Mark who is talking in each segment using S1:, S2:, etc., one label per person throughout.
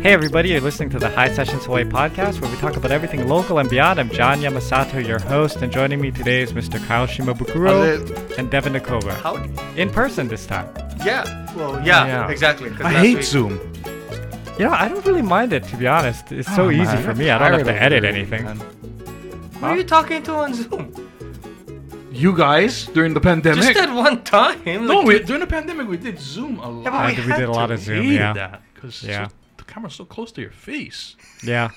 S1: Hey, everybody, you're listening to the High Sessions Hawaii podcast where we talk about everything local and beyond. I'm John Yamasato, your host, and joining me today is Mr. Kyle Shimabukuro and Devin Nakova.
S2: Howdy.
S1: In person this time.
S2: Yeah. Well, yeah,
S1: Yeah.
S2: exactly. 'cause
S3: I
S2: last
S3: hate
S2: week-
S3: Zoom.
S1: You know, I don't really mind it, to be honest. It's
S2: Oh,
S4: Oh,
S1: so easy for me. I don't have to edit anything.
S2: Who are you talking to on Zoom?
S3: You guys during the pandemic?
S2: Just that one time.
S3: no,
S2: like,
S3: we, during the pandemic we did Zoom a lot.
S2: Yeah, but
S1: I
S2: we
S1: did- we
S2: had
S1: did a lot
S2: to.
S1: of
S3: I
S1: Zoom,
S3: hated
S1: yeah.
S3: that because
S1: Yeah.
S3: the camera's so close to your face.
S1: Yeah.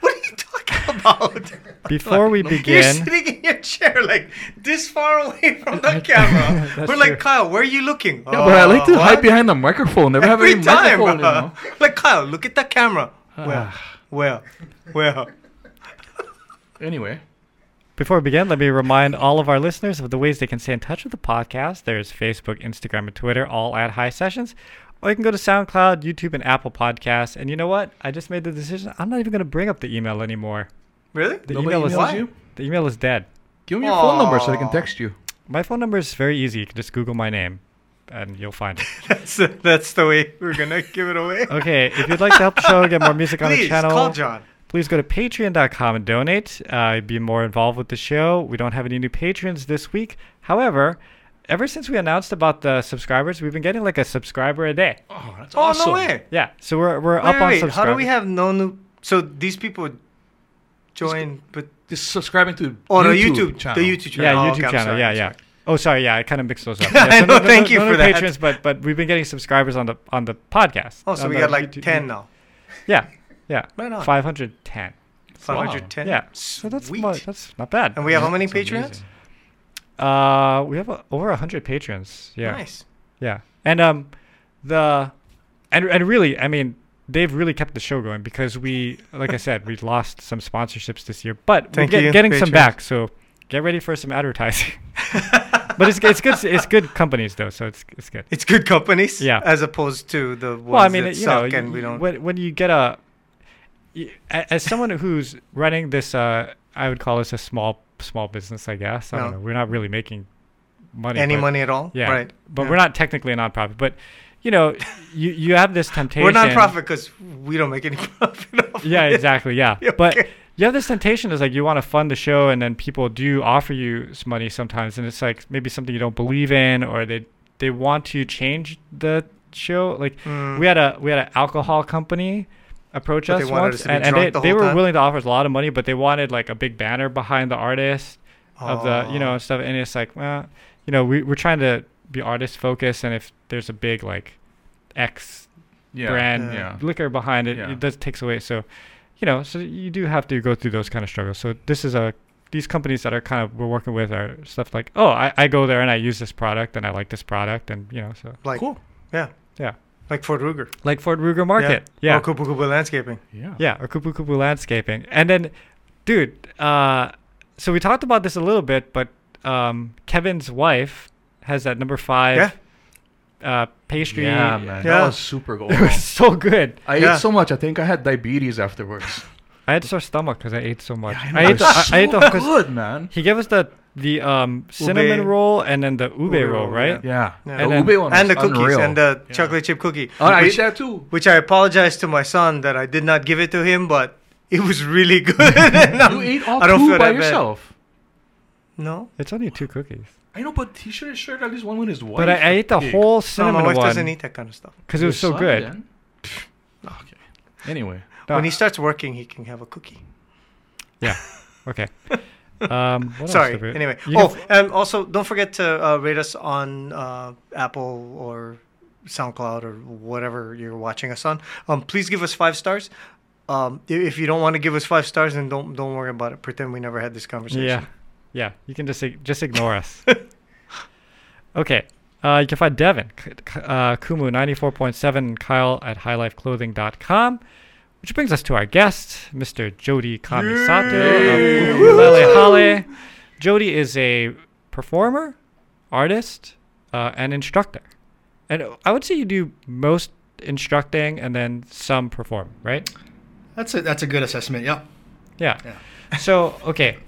S2: What are you talking about?
S1: Before we
S2: You're
S1: begin,
S2: sitting in your chair like this far away from the
S1: That's
S2: camera. We're
S1: true.
S2: like, Kyle, where are you looking?
S3: Yeah, but I like to
S2: "Uh,
S3: hide
S2: what?"
S3: behind a microphone. Never have
S2: every
S3: any
S2: time.
S3: microphone.
S2: uh,
S3: You know?
S2: Like Kyle, look at the camera. Well,
S3: Ah.
S2: well, well.
S3: Anyway,
S1: Before we begin, let me remind all of our listeners of the ways they can stay in touch with the podcast. There's Facebook, Instagram, and Twitter, all at High Sessions. Or you can go to SoundCloud, YouTube, and Apple Podcasts. And you know what? I just made the decision. I'm not even going to bring up the email anymore.
S2: Really?
S1: The
S3: Nobody
S1: email is
S3: emails you?
S1: the email is dead.
S3: give me your phone number so I can
S2: Aw.
S3: text you.
S1: My phone number is very easy. You can just Google my name, and you'll find it.
S2: That's that's the way we're gonna give it away.
S1: Okay, if you'd like to help the show and get more music on the
S2: Please,
S1: channel,
S2: call John.
S1: please go to patreon.com and donate. Uh, be more involved with the show. We don't have any new patrons this week. However, ever since we announced about the subscribers, we've been getting like a subscriber a day.
S3: Oh, that's
S2: Oh
S3: awesome.
S2: no way.
S1: Yeah, so we're, we're
S2: Wait,
S1: up
S2: wait,
S1: on
S2: wait,
S1: subscribers.
S2: How do we have no new? So these people join, but
S3: Just subscribing to
S2: oh no,
S3: YouTube,
S2: YouTube,
S3: channel.
S2: the YouTube
S1: yeah,
S2: channel. Oh,
S1: YouTube
S2: okay, I'm
S1: channel.
S2: sorry,
S1: yeah,
S2: I'm
S1: yeah.
S2: sorry.
S1: Oh, sorry. Yeah, I kind of mixed those up.
S2: I
S1: Yeah,
S2: know, thank you
S1: no
S2: for
S1: new
S2: that.
S1: Patrons, but but we've been getting subscribers on the on the podcast.
S2: Oh, so
S1: on
S2: we
S1: the
S2: got like
S1: Uh, YouTube-
S2: ten now.
S1: Yeah, yeah.
S2: Right on.
S1: Five hundred ten.
S2: Five hundred ten.
S1: Yeah. So that's
S2: Sweet.
S1: mo- that's not bad.
S2: and we have how many
S3: That's
S2: patrons?
S3: amazing.
S1: Uh, we have uh, over hundred patrons. Yeah,
S2: Nice.
S1: yeah. And um, the and and really, I mean, they've really kept the show going because we, like I said, we lost some sponsorships this year, but
S2: Thank
S1: we're get-
S2: you,
S1: getting some
S2: patrons.
S1: back. So get ready for some advertising. but it's it's good it's good companies though, so it's it's good.
S2: It's good companies.
S1: Yeah.
S2: As opposed to the ones
S1: Well, I mean,
S2: that
S1: it- you know,
S2: suck and we
S1: you-
S2: don't.
S1: when when you get a y- a- as someone who's running this, uh, I would call this a small small business, I guess. I don't
S2: No.
S1: know. We're not really making money.
S2: any
S1: but-
S2: money at all.
S1: Yeah.
S2: Right.
S1: But
S2: Yeah.
S1: we're not technically a nonprofit. But you know, you you have this temptation.
S2: We're nonprofit because we don't make any profit. Off
S1: Yeah,
S2: it.
S1: exactly. Yeah.
S2: Yeah,
S1: But
S2: okay.
S1: you have this temptation is like you want to fund the show, and then people do offer you s- money sometimes, and it's like maybe something you don't believe in, or they they want to change the show. Like
S2: Mm.
S1: we had a we had an alcohol company approach
S2: But they
S1: us
S2: wanted
S1: once,
S2: us to be
S1: and, and
S2: drunk
S1: they,
S2: the
S1: they
S2: whole
S1: were
S2: time?
S1: willing to offer us a lot of money, but they wanted like a big banner behind the artist of the you know and stuff, and it's like well, you know, we we're trying to be artist focused, and if there's a big like X
S3: Yeah.
S1: brand
S2: Yeah.
S3: Yeah.
S1: liquor behind it,
S3: Yeah.
S1: it does takes away. So, you know, so you do have to go through those kind of struggles. So this is a these companies that are kind of we're working with are stuff like, oh, I, I go there and I use this product and I like this product and you know so
S2: Like
S3: Cool.
S2: yeah,
S1: yeah
S2: like Fort Ruger.
S1: like Ford Ruger Market
S2: Yeah. Oh,
S1: yeah
S2: Or Kupu Kupu Landscaping.
S3: Yeah.
S1: yeah, or Kupu Kupu Landscaping. And then, dude, uh, so we talked about this a little bit, but um, Kevin's wife has that number
S2: Yeah.
S1: five uh, pastry.
S3: Yeah, man.
S2: Yeah.
S3: That was super gold.
S1: It was so good.
S3: I
S2: Yeah.
S3: ate so much. I think I had diabetes afterwards.
S1: I had sore stomach because I ate so much.
S3: Yeah,
S1: I,
S3: know,
S1: ate the, I, I ate
S3: so
S1: the because
S3: good, man.
S1: he gave us the the um, cinnamon
S2: Ube-
S1: roll and then the ube,
S2: ube
S1: roll,
S2: roll,
S1: right?
S3: Yeah.
S2: Yeah.
S1: And
S3: the
S1: then-
S3: ube one
S2: and the
S3: was
S2: cookies
S3: unreal.
S2: and the
S3: Yeah.
S2: chocolate chip cookie.
S3: Oh, I
S2: which-
S3: ate that too.
S2: which I apologize to my son that I did not give it to him, but it was really good. And I'm-
S3: You ate all
S2: I don't
S3: two
S2: feel
S3: by
S2: that bad.
S3: yourself.
S2: No,
S1: It's only two cookies,
S3: I know, but he should have shared at least one with his wife.
S1: but I, I ate the
S3: Pig.
S1: whole
S2: no, my
S1: cinnamon
S2: wife doesn't
S1: one
S2: eat that kind of stuff.
S1: because it was
S3: Your
S1: so
S3: son,
S1: good.
S3: then? okay. Anyway,
S1: No,
S2: When he starts working, he can have a cookie.
S1: yeah, okay. Um, what else
S2: Sorry.
S1: did we-
S2: Anyway,
S1: You can
S2: oh, and also don't forget to uh, rate us on uh, Apple or SoundCloud or whatever you're watching us on. Um, please give us five stars. Um, i- if you don't want to give us five stars, then don't don't worry about it. Pretend we never had this conversation.
S1: Yeah, yeah. You can just ig- just ignore us. okay. Uh, you can find Devin, K- K- uh, Kumu ninety four point seven, and Kyle at highlifeclothing.com. Which brings us to our guest, Mr. Jody Kamisato
S3: Yay!
S1: of Ukulele Hale. Jody is a performer, artist, uh, and instructor. And I would say you do most instructing and then some perform, right?
S5: That's a that's a good assessment. Yep.
S1: Yeah.
S5: Yeah.
S1: So okay,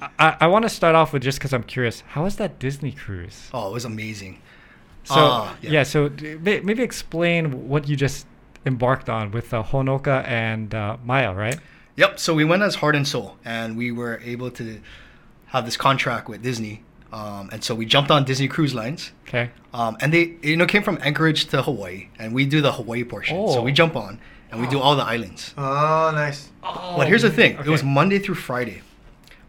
S1: I- I, I want to start off with just because I'm curious. How was that Disney cruise?
S5: Oh, it was amazing.
S1: So
S5: Ah,
S1: yeah.
S5: yeah.
S1: So d- may- maybe explain what you just embarked on with uh, Honoka and uh, Maya, right?
S5: Yep. So we went as Heart and Soul, and we were able to have this contract with Disney. Um, and so we jumped on Disney Cruise Lines,
S1: Okay.
S5: um, and they you know came from Anchorage to Hawaii, and we do the Hawaii portion. So
S1: Oh.
S5: we jump on, and we do all the islands.
S2: Oh, nice.
S5: but here's the thing:
S1: okay.
S5: it was Monday through Friday.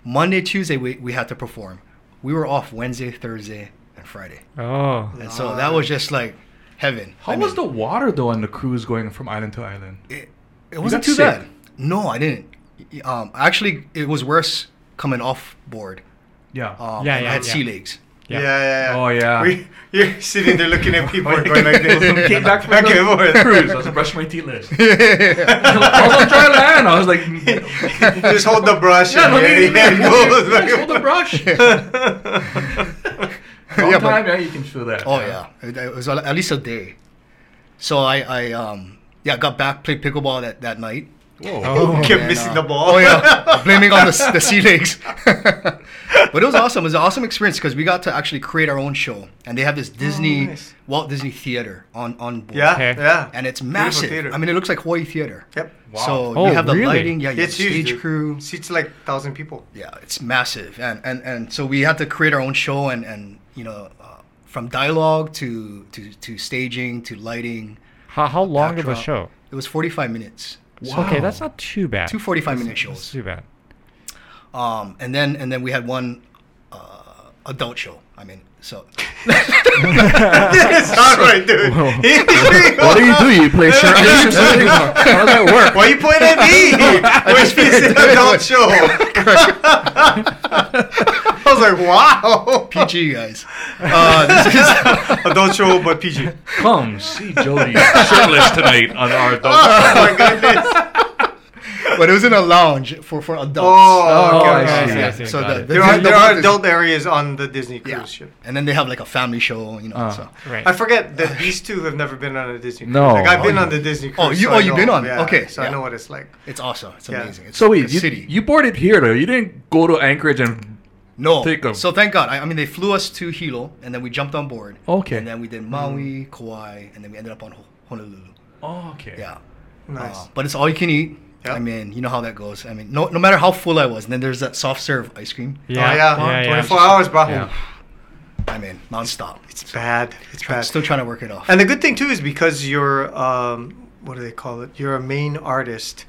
S5: Monday, Tuesday, we, we had to perform. We were off Wednesday, Thursday, and Friday,
S1: Oh,
S5: and so that was just like heaven.
S3: How
S5: I
S3: was
S5: mean,
S3: the water though on the cruise going from island to island?
S5: It, it wasn't
S3: got
S5: too
S3: sick?
S5: bad. No, I didn't. Y- Um, actually, it was worse coming off board.
S3: Yeah.
S5: Um,
S1: Yeah,
S5: and
S1: yeah,
S5: I had
S1: yeah.
S5: sea legs.
S1: Yeah.
S2: Yeah, Oh, yeah,
S3: Oh, yeah.
S2: yeah. We, you're sitting there looking at people going like this.
S3: Came back from
S2: Back and
S3: the
S2: forth.
S3: cruise. I was brushing my teeth. last night. I was on dry land. I was like,
S2: Just hold the brush.
S3: yeah,
S2: and
S3: no
S2: yeah,
S3: need
S2: yeah,
S3: yeah,
S2: goes
S3: yeah,
S2: back
S3: yeah, Hold the brush. Long
S5: Yeah, but-
S3: time, yeah, you can feel that.
S5: Oh yeah, it, it was al- at least a day. So I, I um yeah got back played pickleball that, that night.
S3: Whoa.
S2: and- Kept
S5: And,
S2: missing
S5: uh,
S2: the ball.
S5: Oh yeah, blaming on the, s- the sea legs. but it was awesome. It was an awesome experience because we got to actually create our own show, and they have this Disney
S2: nice.
S5: Walt Disney Theater on on board.
S2: Yeah,
S1: Okay.
S2: yeah.
S5: and it's
S2: Beautiful
S5: massive.
S2: theater.
S5: I mean, it looks like Hawaii Theater.
S2: yep.
S3: Wow.
S5: So
S1: Oh,
S5: you have the
S1: really?
S5: lighting, yeah, you have
S2: It's huge.
S5: stage
S2: dude.
S5: crew.
S2: Seats like thousand people.
S5: Yeah, it's massive, and and and so we had to create our own show, and and you know, uh, from dialogue to to to staging to lighting.
S1: how, how long of a
S5: backdrop.
S1: show?
S5: It was 45 minutes,
S1: So, Okay,
S3: Wow.
S1: that's not too bad.
S5: two 45 minute
S1: That's
S5: shows.
S1: too bad.
S5: Um, and then and then we had one uh, adult show. I mean, so
S2: it's not right, dude.
S3: What do you do? You play shirt music? How does that work?
S2: Why you pointing at me? Why you an adult show? I was like, wow.
S5: PG guys. Uh, this is
S2: Adult show, but Oh PG.
S3: Come see Jody shirtless tonight on our adult.
S2: Oh my goodness.
S5: but it was in a lounge for for adults.
S2: Oh,
S3: Oh,
S2: okay.
S3: I
S2: okay,
S3: see,
S2: okay.
S3: I
S1: see,
S5: so
S1: got
S5: the,
S1: it.
S5: the-
S2: There are
S5: the-
S2: there are
S5: the-
S2: adult areas on the Disney cruise
S5: yeah.
S2: ship.
S5: And then they have like a family show, you know.
S3: Uh.
S5: so.
S1: Right.
S2: I forget that these two have never been on a Disney cruise.
S3: No.
S2: like I've been
S3: Oh,
S2: on the Disney cruise.
S5: oh, you-
S2: so
S5: oh,
S2: I
S5: you've
S2: know-
S5: been on.
S2: yeah,
S5: Okay,
S2: so I
S5: yeah.
S2: know what it's like.
S5: It's awesome. It's
S2: Yeah.
S5: amazing. It's
S3: So
S5: like
S3: wait,
S5: a
S3: you,
S5: city.
S3: you boarded here though. You didn't go to Anchorage and
S5: no.
S3: take 'em.
S5: So thank God. I, I mean, they flew us to Hilo, and then we jumped on board.
S3: Okay.
S5: And then we did Maui,
S2: Mm.
S5: Kauai, and then we ended up on Ho- Honolulu.
S3: Oh, okay.
S5: Yeah.
S2: Nice. Oh,
S5: Uh, but it's all you can eat.
S2: Yeah.
S5: I mean, you know how that goes. I mean, no, no matter how full I was, and then there's that soft serve ice cream.
S2: Oh, yeah.
S1: yeah, yeah.
S2: 24 hours, bro.
S3: Yeah.
S5: I mean, nonstop.
S2: It's bad. It's
S5: I'm
S2: bad.
S5: still trying to work it off.
S2: And the good thing too is because you're um, what do they call it? You're a main artist.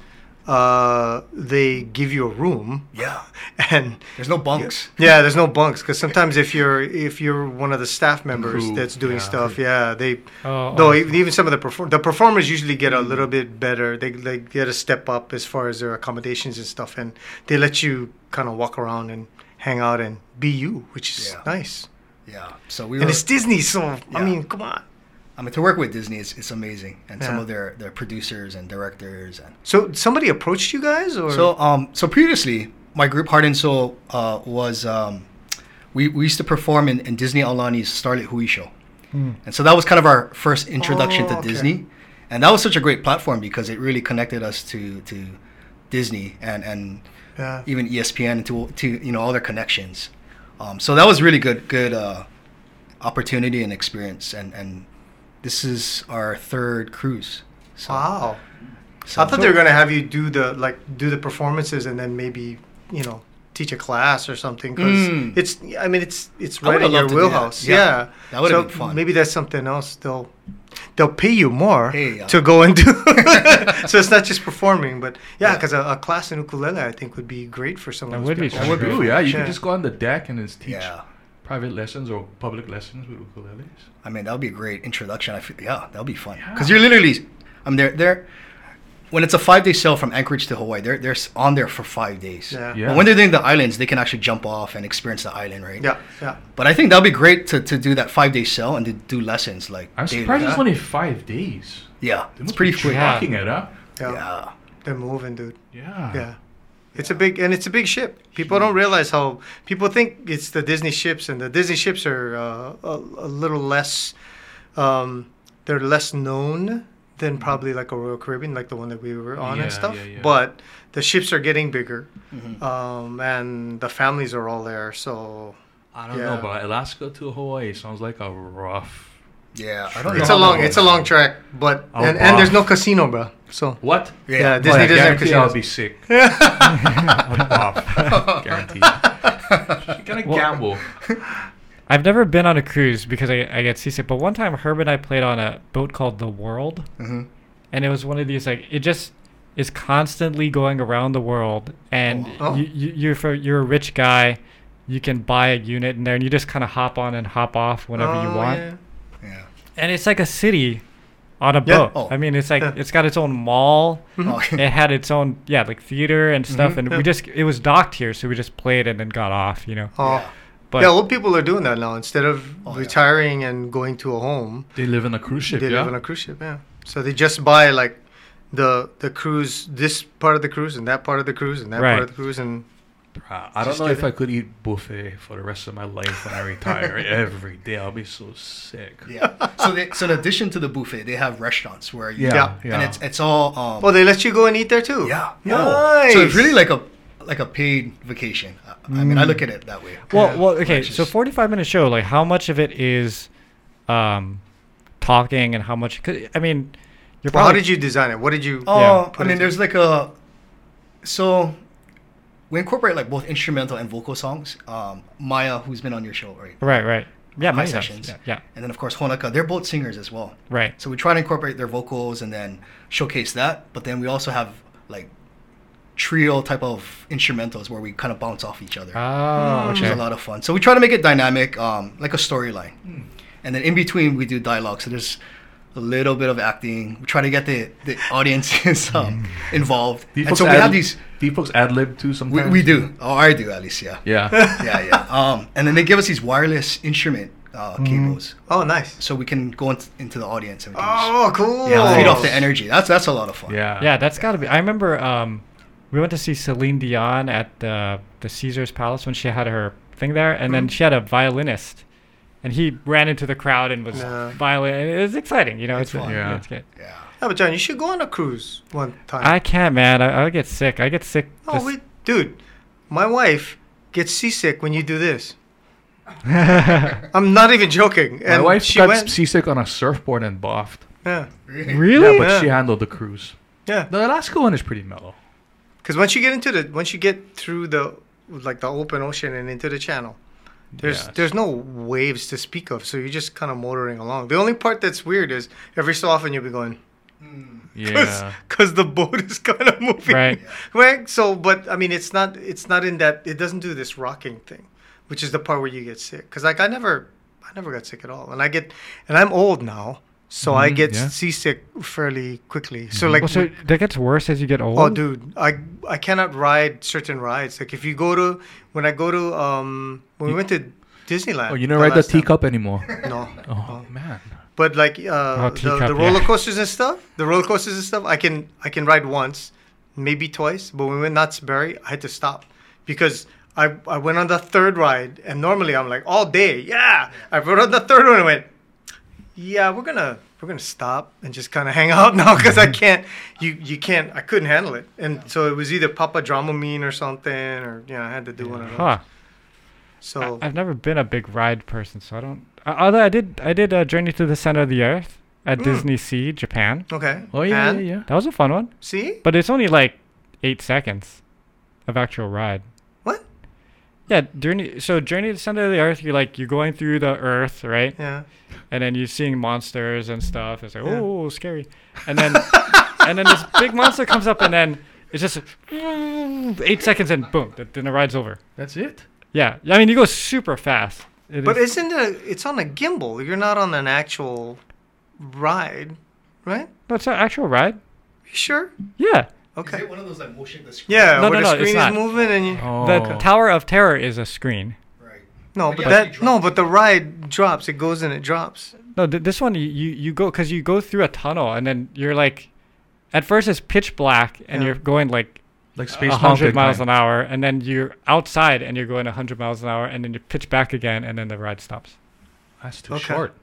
S2: Uh, they give you a room,
S5: yeah.
S2: and
S5: There's no bunks.
S2: yeah, there's no bunks because sometimes if you're if you're one of the staff members
S3: Who-
S2: that's doing
S3: yeah.
S2: stuff, yeah, they.
S1: Oh,
S2: though
S1: oh.
S2: e- even some of the perform the performers usually get a little bit better. They they get a step up as far as their accommodations and stuff, and they let you kind of walk around and hang out and be you, which is
S5: Yeah.
S2: nice.
S5: Yeah. So we were.
S2: And it's Disney, so I
S5: Yeah.
S2: mean, come on.
S5: I mean, to work with Disney, it's, it's amazing, and some
S2: Yeah.
S5: of their their producers and directors and
S2: So somebody approached you guys, or
S5: So um so previously my group Heart and Soul uh, was um we, we used to perform in, in Disney Aulani's Starlit Hui show. And so that was kind of our first introduction
S2: Hmm. Oh,
S5: to
S2: okay.
S5: Disney. And that was such a great platform because it really connected us to to Disney and and
S2: Yeah.
S5: even E ESPN and to to you know all their connections. Um, so that was really good good uh, opportunity and experience and and this is our third cruise. So,
S2: Wow.
S5: so-
S2: I thought they were gonna have you do the like do the performances and then maybe you know teach a class or something because
S5: Mm.
S2: it's I mean it's it's
S5: I would
S2: right in
S5: have
S2: your
S5: loved to do that.
S2: wheelhouse.
S5: Yeah.
S2: Yeah.
S5: That would have
S2: So
S5: been fun.
S2: Maybe that's something else. They'll they'll pay you more
S5: Hey, yeah.
S2: to go and do. so it's not just performing, but yeah,
S5: Yeah.
S2: because a, a class in ukulele I think would be great for some.
S1: That
S2: of those
S1: would be
S2: people.
S3: That
S1: fun.
S3: would be. Ooh, yeah, you
S2: Yeah.
S3: can just go on the deck and just teach
S5: yeah.
S3: private lessons or public lessons with ukuleles.
S5: I mean, that would be a great introduction. I feel, yeah, that would be fun.
S3: Yeah.
S5: Because you're literally, I mean, they're, they're, when it's a five day sail from Anchorage to Hawaii, they're, they're s- on there for five days.
S2: Yeah.
S3: Yeah.
S5: But when they're doing the islands, they can actually jump off and experience the island, right?
S2: Yeah, yeah.
S5: But I think that would be great to, to do that five day sail and to do lessons like.
S3: I'm
S5: daily.
S3: surprised it's only five days.
S5: Yeah,
S3: They
S5: it's
S3: must
S5: pretty
S3: be
S5: quick.
S1: Yeah.
S3: Tracking it up.
S2: yeah,
S5: Yeah.
S2: They're moving, dude.
S3: Yeah.
S2: Yeah. It's a big and it's a big ship. People don't realize how people think it's the Disney ships, and the Disney ships are uh, a, a little less. Um, they're less known than probably like a Royal Caribbean, like the one that we were on and
S3: Yeah,
S2: stuff.
S3: yeah, yeah.
S2: But the ships are getting bigger, um, and the families are all there. So
S3: I don't
S2: Yeah.
S3: know, but Alaska to Hawaii sounds like a rough
S5: Yeah, I don't know.
S2: It's
S5: how
S2: a long,
S5: that
S2: it's a long track, but
S1: Oh,
S2: and, and there's
S1: wow.
S2: no casino, bro. So
S4: What?
S5: Yeah.
S2: yeah,
S5: Oh,
S4: Boy,
S2: Disney
S4: I
S2: doesn't have
S4: guarantee I'll
S2: casinos.
S4: be sick.
S1: Off.
S4: Guaranteed. You're gonna gamble.
S1: I've never been on a cruise because I, I get seasick, but one time Herb and I played on a boat called the World,
S2: Mm-hmm.
S5: Mhm.
S1: and it was one of these like it just is constantly going around the world, and
S2: Oh.
S1: you, you, you're for, you're a rich guy, you can buy a unit in there, and you just kind of hop on and hop off whenever you
S2: Oh,
S1: want,
S2: yeah.
S5: Yeah.
S1: and it's like a city on a
S2: Yeah.
S1: boat.
S5: Oh.
S1: I mean, it's like
S2: Yeah.
S1: it's got its own mall.
S2: Mm-hmm.
S5: Oh,
S1: It had its own yeah like theater and stuff,
S5: Mhm.
S1: and
S2: Yeah.
S1: we just it was docked here, so we just played and then got off, you know.
S2: Oh.
S1: But
S2: yeah, old people are doing that now. Instead of
S5: Oh, yeah.
S2: retiring and going to a home,
S4: They live in a cruise ship,
S2: they
S4: yeah?
S2: live on a cruise ship. Yeah, so they just buy like the the cruise, this part of the cruise and that part of the cruise and that
S1: Right.
S2: part of the cruise, and
S4: Uh, I don't
S2: Just
S4: know
S2: do
S4: if
S2: that.
S4: I could eat buffet for the rest of my life when I retire. Every day I'll be so sick.
S5: yeah. So, they, so in addition to the buffet, they have restaurants where you
S2: Yeah,
S5: and it's it's all um,
S2: oh, they let you go and eat there too.
S5: yeah,
S2: nice.
S5: Oh, So it's really like a like a paid vacation. I, I mean, I look at it that way.
S1: Well,
S2: Yeah.
S1: well, okay.
S5: Which
S1: So
S5: is-
S1: forty-five minute show. Like, how much of it is, um, talking, and how much? Cause, I mean, you're
S2: Well, how
S1: probably.
S2: did you design it? What did you?
S5: Oh,
S1: Yeah.
S5: I
S2: Put it
S5: mean,
S2: to-
S5: there's like a so we incorporate like both instrumental and vocal songs. Um, Maya, who's been on your show, right?
S1: right, right. Yeah,
S5: High
S1: many times.
S5: sessions.
S1: Yeah, yeah,
S5: And then of course Honoka, they're both singers as well.
S1: right.
S5: So we try to incorporate their vocals and then showcase that. But then we also have like trio type of instrumentals where we kind of bounce off each other,
S1: Oh,
S5: which
S1: okay.
S5: is a lot of fun. So we try to make it dynamic, um, like a storyline. And then in between we do dialogue. So there's a little bit of acting. We try to get the, the audiences um, involved.
S4: Do you
S5: and
S4: folks
S5: so we
S4: ad-
S5: have these.
S4: Do you folks ad lib too
S5: We,
S4: sometimes?
S5: we do. Oh, I do at least. Yeah.
S4: Yeah.
S5: Yeah. Yeah. Um, and then they give us these wireless instrument uh, cables,
S2: oh, nice.
S5: so we can go in- into the audience and we can just
S2: Oh, cool.
S5: yeah, feed off the
S2: Nice.
S5: energy. That's that's a lot of fun.
S4: yeah.
S1: yeah, that's got to be. I remember um, we went to see Celine Dion at the the Caesar's Palace when she had her thing there, and then she had a violinist, and he ran into the crowd and was
S2: Yeah.
S1: violin. and It was exciting, you know. It's,
S5: fun.
S4: Yeah.
S1: it's good.
S5: yeah.
S2: Yeah, but John, you should go on a cruise one time.
S1: I can't, man. I, I get sick. I get sick.
S2: oh,
S1: just-
S2: wait, dude, my wife gets seasick when you do this. I'm not even joking.
S4: My
S2: And
S4: wife
S2: she
S4: got
S2: went.
S4: seasick on a surfboard and boffed.
S2: yeah,
S1: really?
S4: Yeah, but
S2: Yeah.
S4: she handled the cruise.
S2: yeah.
S4: The Alaska one is pretty mellow.
S2: Because once you get into the, once you get through the, like the open ocean and into the channel, there's
S4: Yes.
S2: there's no waves to speak of. So you're just kind of motoring along. The only part that's weird is every so often you'll be going, because
S4: Yeah.
S2: the boat is kind of moving.
S1: Right.
S2: Right. So, but I mean, it's not it's not in that it doesn't do this rocking thing, which is the part where you get sick. Because like I never I never got sick at all, and I get and I'm old now, so I
S4: Mhm,
S2: get
S4: yeah.
S2: seasick fairly quickly. So like.
S1: Well, so that gets worse as you get old.
S2: Oh, dude, I I cannot ride certain rides. Like if you go to when I go to um when we went to Disneyland.
S4: Oh, you don't
S2: the
S4: ride the
S2: last time.
S4: teacup anymore.
S2: No,
S4: Oh, man.
S2: but like uh,
S1: Oh,
S2: the,
S1: teacup,
S2: the
S1: yeah.
S2: roller coasters and stuff, the roller coasters and stuff, I can I can ride once, maybe twice. But when we went Knott's Berry, I had to stop because I I went on the third ride, and normally I'm like all day, yeah. I rode on the third one and went, yeah, we're gonna we're gonna stop and just kind of hang out now because I can't you you can't I couldn't handle it, and so it was either Papa Dramamine or something, or you know I had to do one of those.
S1: Huh.
S2: So
S1: I, have never been a big ride person, so I don't. Uh, although I did, I did uh, Journey to the Center of the Earth at
S2: Mm.
S1: Disney Sea, Japan.
S2: okay,
S4: Oh, yeah,
S2: and
S4: yeah, yeah.
S1: That was a fun one,
S2: see
S1: but it's only like eight seconds of actual ride.
S2: what?
S1: Yeah, journey. So Journey to the Center of the Earth, you're like you're going through the Earth, right?
S2: Yeah.
S1: And then you're seeing monsters and stuff. It's like
S2: Yeah.
S1: oh, scary. And then, and then this big monster comes up, and then it's just eight seconds, and boom, th- then the ride's over.
S4: That's it?
S1: Yeah, I mean you go super fast. It
S2: But
S1: is-
S2: isn't it? It's on a gimbal. You're not on an actual ride, right?
S1: no, it's an actual ride.
S2: You sure?
S1: Yeah.
S2: Okay.
S5: one of those like motion description?
S2: Yeah,
S1: No,
S2: where
S1: no,
S2: the
S1: no, it's
S2: screen
S1: not.
S2: is moving and you,
S4: Oh.
S1: The Tower of Terror is a screen.
S5: Right.
S2: no,
S5: But
S2: but
S5: yeah, you
S2: that
S5: drop
S2: no,
S5: it.
S2: but the ride drops. It goes and it drops.
S1: No, th- this one you you, you go because you go through a tunnel and then you're like, at first it's pitch black and
S2: Yeah.
S1: you're going like
S4: like Space Mountain.
S1: hundred miles an hour and then you're outside and you're going hundred miles an hour and then you pitch back again and then the ride stops.
S4: That's too
S2: Okay.
S4: short.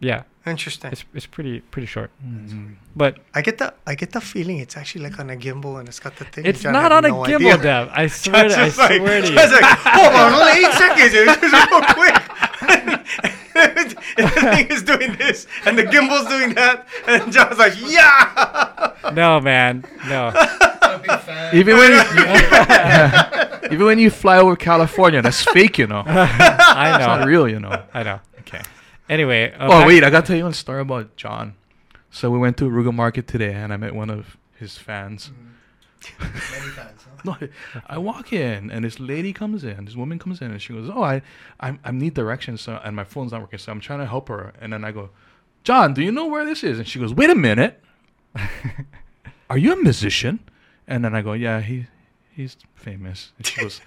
S1: Yeah,
S2: Interesting.
S1: it's it's pretty pretty short,
S4: Mm.
S1: but
S2: I get the I get the feeling it's actually like on a gimbal and it's got the thing.
S1: it's
S2: John
S1: not on
S2: had
S1: a
S2: no
S1: gimbal,
S2: idea.
S1: Dev. I swear, to, I
S2: Just like-
S1: swear to you.
S2: just like, hold on, only eight seconds. It was real quick. the thing is doing this. this, and the gimbal's doing that, and John's like, yeah.
S1: No, man. No.
S4: Even when you, even when you fly over California, that's fake, you know. It's
S1: I know.
S4: not real, you know.
S1: I know. Okay. Anyway. uh,
S4: Oh
S1: back-
S4: wait, I gotta tell you one story about John. So we went to Ruga Market today, and I met one of his fans.
S5: Many times, huh?
S4: No, I walk in, and this lady comes in. This woman comes in, and she goes, "Oh, I, I, I need directions, so, and my phone's not working, so I'm trying to help her." And then I go, "John, do you know where this is?" And she goes, "Wait a minute, are you a musician?" And then I go, "Yeah, he, he's famous." And she goes,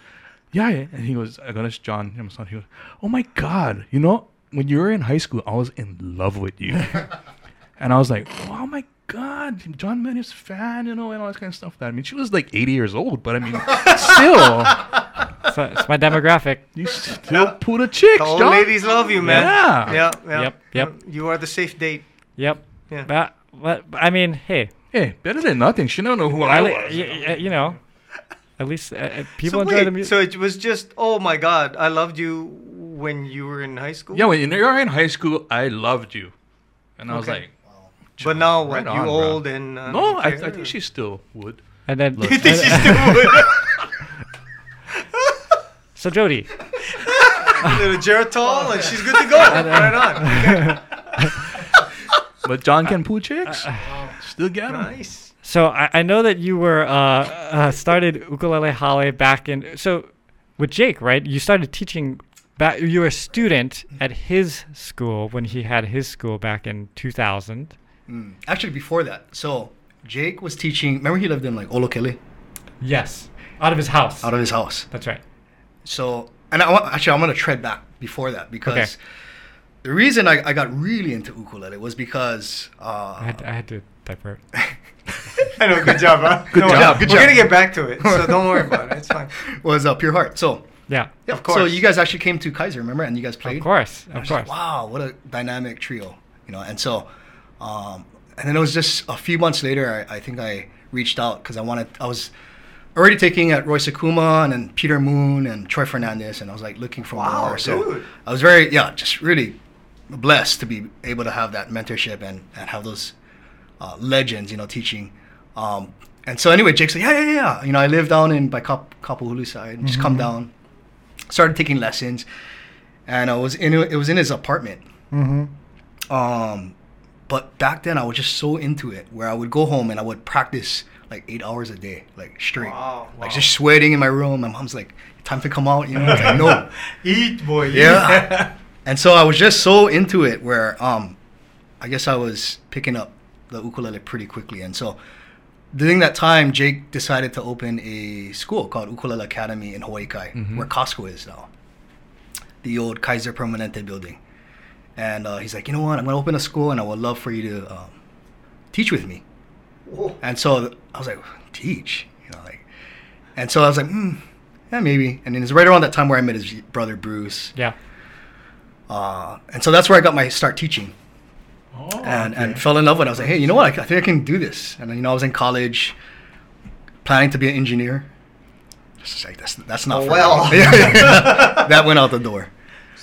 S4: yeah, yeah. And he goes, I got this John. I'm sorry. He goes, oh my God. You know, when you were in high school, I was in love with you. and I was like, oh my God, John Mayer is fan, you know, and all that kind of stuff. That I mean, she was like 80 years old, but I mean, still,
S1: so it's my demographic.
S4: you still pull the chicks,
S2: The old
S4: John.
S2: ladies love you, man.
S4: Yeah.
S2: Yeah. yeah.
S1: Yep, yep.
S2: You are the safe date.
S1: Yep.
S2: Yeah.
S1: But, but I mean, hey,
S4: Hey, better than nothing. She don't know who I
S1: at
S4: was.
S1: le- y- y- you know, at least uh, uh, people
S2: so
S1: enjoy
S2: wait,
S1: the music.
S2: so it was just, oh my God, I loved you when you were in high school.
S4: Yeah, when you were in high school, I loved you. And I was
S2: Okay.
S4: like,
S2: But now what?
S4: Right
S2: you
S4: on, bro.
S2: old and uh,
S4: no, I,
S2: okay.
S4: I think she still would.
S1: and then,
S4: Look.
S2: You think she still would?
S1: so Jody,
S2: little Geritol, and she's good to go. right on. Okay.
S4: But John can pull chicks. Still get 'em.
S2: Uh, Nice.
S1: so I, I know that you were uh, uh, started ukulele hale back in so with Jake, right? You started teaching back. You were a student at his school when he had his school back in 2000.
S5: Mm. Actually, before that, so Jake was teaching. Remember, he lived in like Olokele,
S1: Yes, out of his house.
S5: out of his house.
S1: That's right.
S5: So, and I want, actually, I'm gonna tread back before that because
S1: Okay.
S5: the reason I, I got really into ukulele was because
S1: I
S5: uh,
S1: had, I had to divert.
S2: I know. Good job, huh? Good
S5: job, good
S2: We're
S5: job.
S2: gonna get back to it, so don't worry about it. It's fine.
S5: was uh, Pure Heart. So,
S1: Yeah,
S5: yeah,
S2: Of course.
S5: So you guys actually came to Kaiser, remember? And you guys played.
S1: of course,
S5: I
S1: of
S5: was just like,
S1: course.
S5: wow, what a dynamic trio, you know. And so, um, and then it was just a few months later. I, I think I reached out because I wanted. I was already taking at Roy Sakuma and then Peter Moon and Troy Fernandez, and I was like looking for
S2: Wow,
S5: more. So
S2: dude.
S5: I was very yeah, just really blessed to be able to have that mentorship and and have those uh, legends, you know, teaching. Um, and so anyway, Jake said, yeah, yeah, yeah. You know, I live down in by Kap- Kapahulu side. Just come
S1: Mm-hmm.
S5: down. Started taking lessons, and I was in it was in his apartment. Um, but back then I was just so into it where I would go home and I would practice like eight hours a day, like straight.
S2: Wow,
S5: Like just sweating in my room. My mom's like, time to come out, you know? I was like, no.
S2: Eat, boy. eat.
S5: Yeah. and so I was just so into it where um I guess I was picking up the ukulele pretty quickly. And so during that time Jake decided to open a school called Ukulele Academy in Hawaii Kai, where Costco is now. The old Kaiser Permanente building. And uh, he's like, you know what? I'm gonna open a school, and I would love for you to um, teach with me.
S2: Whoa.
S5: And so I was like, teach, you know, like, and so I was like, hmm, yeah, maybe. And then it's right around that time where I met his brother Bruce,
S1: Yeah.
S5: uh, and so that's where I got my start teaching,
S4: Oh,
S5: and and fell in love with. it. I was like, hey, you know what? I, I think I can do this. And then, you know, I was in college, planning to be an engineer. It's just like that's that's not for me.
S2: Well.
S5: Yeah, yeah. that went out the door.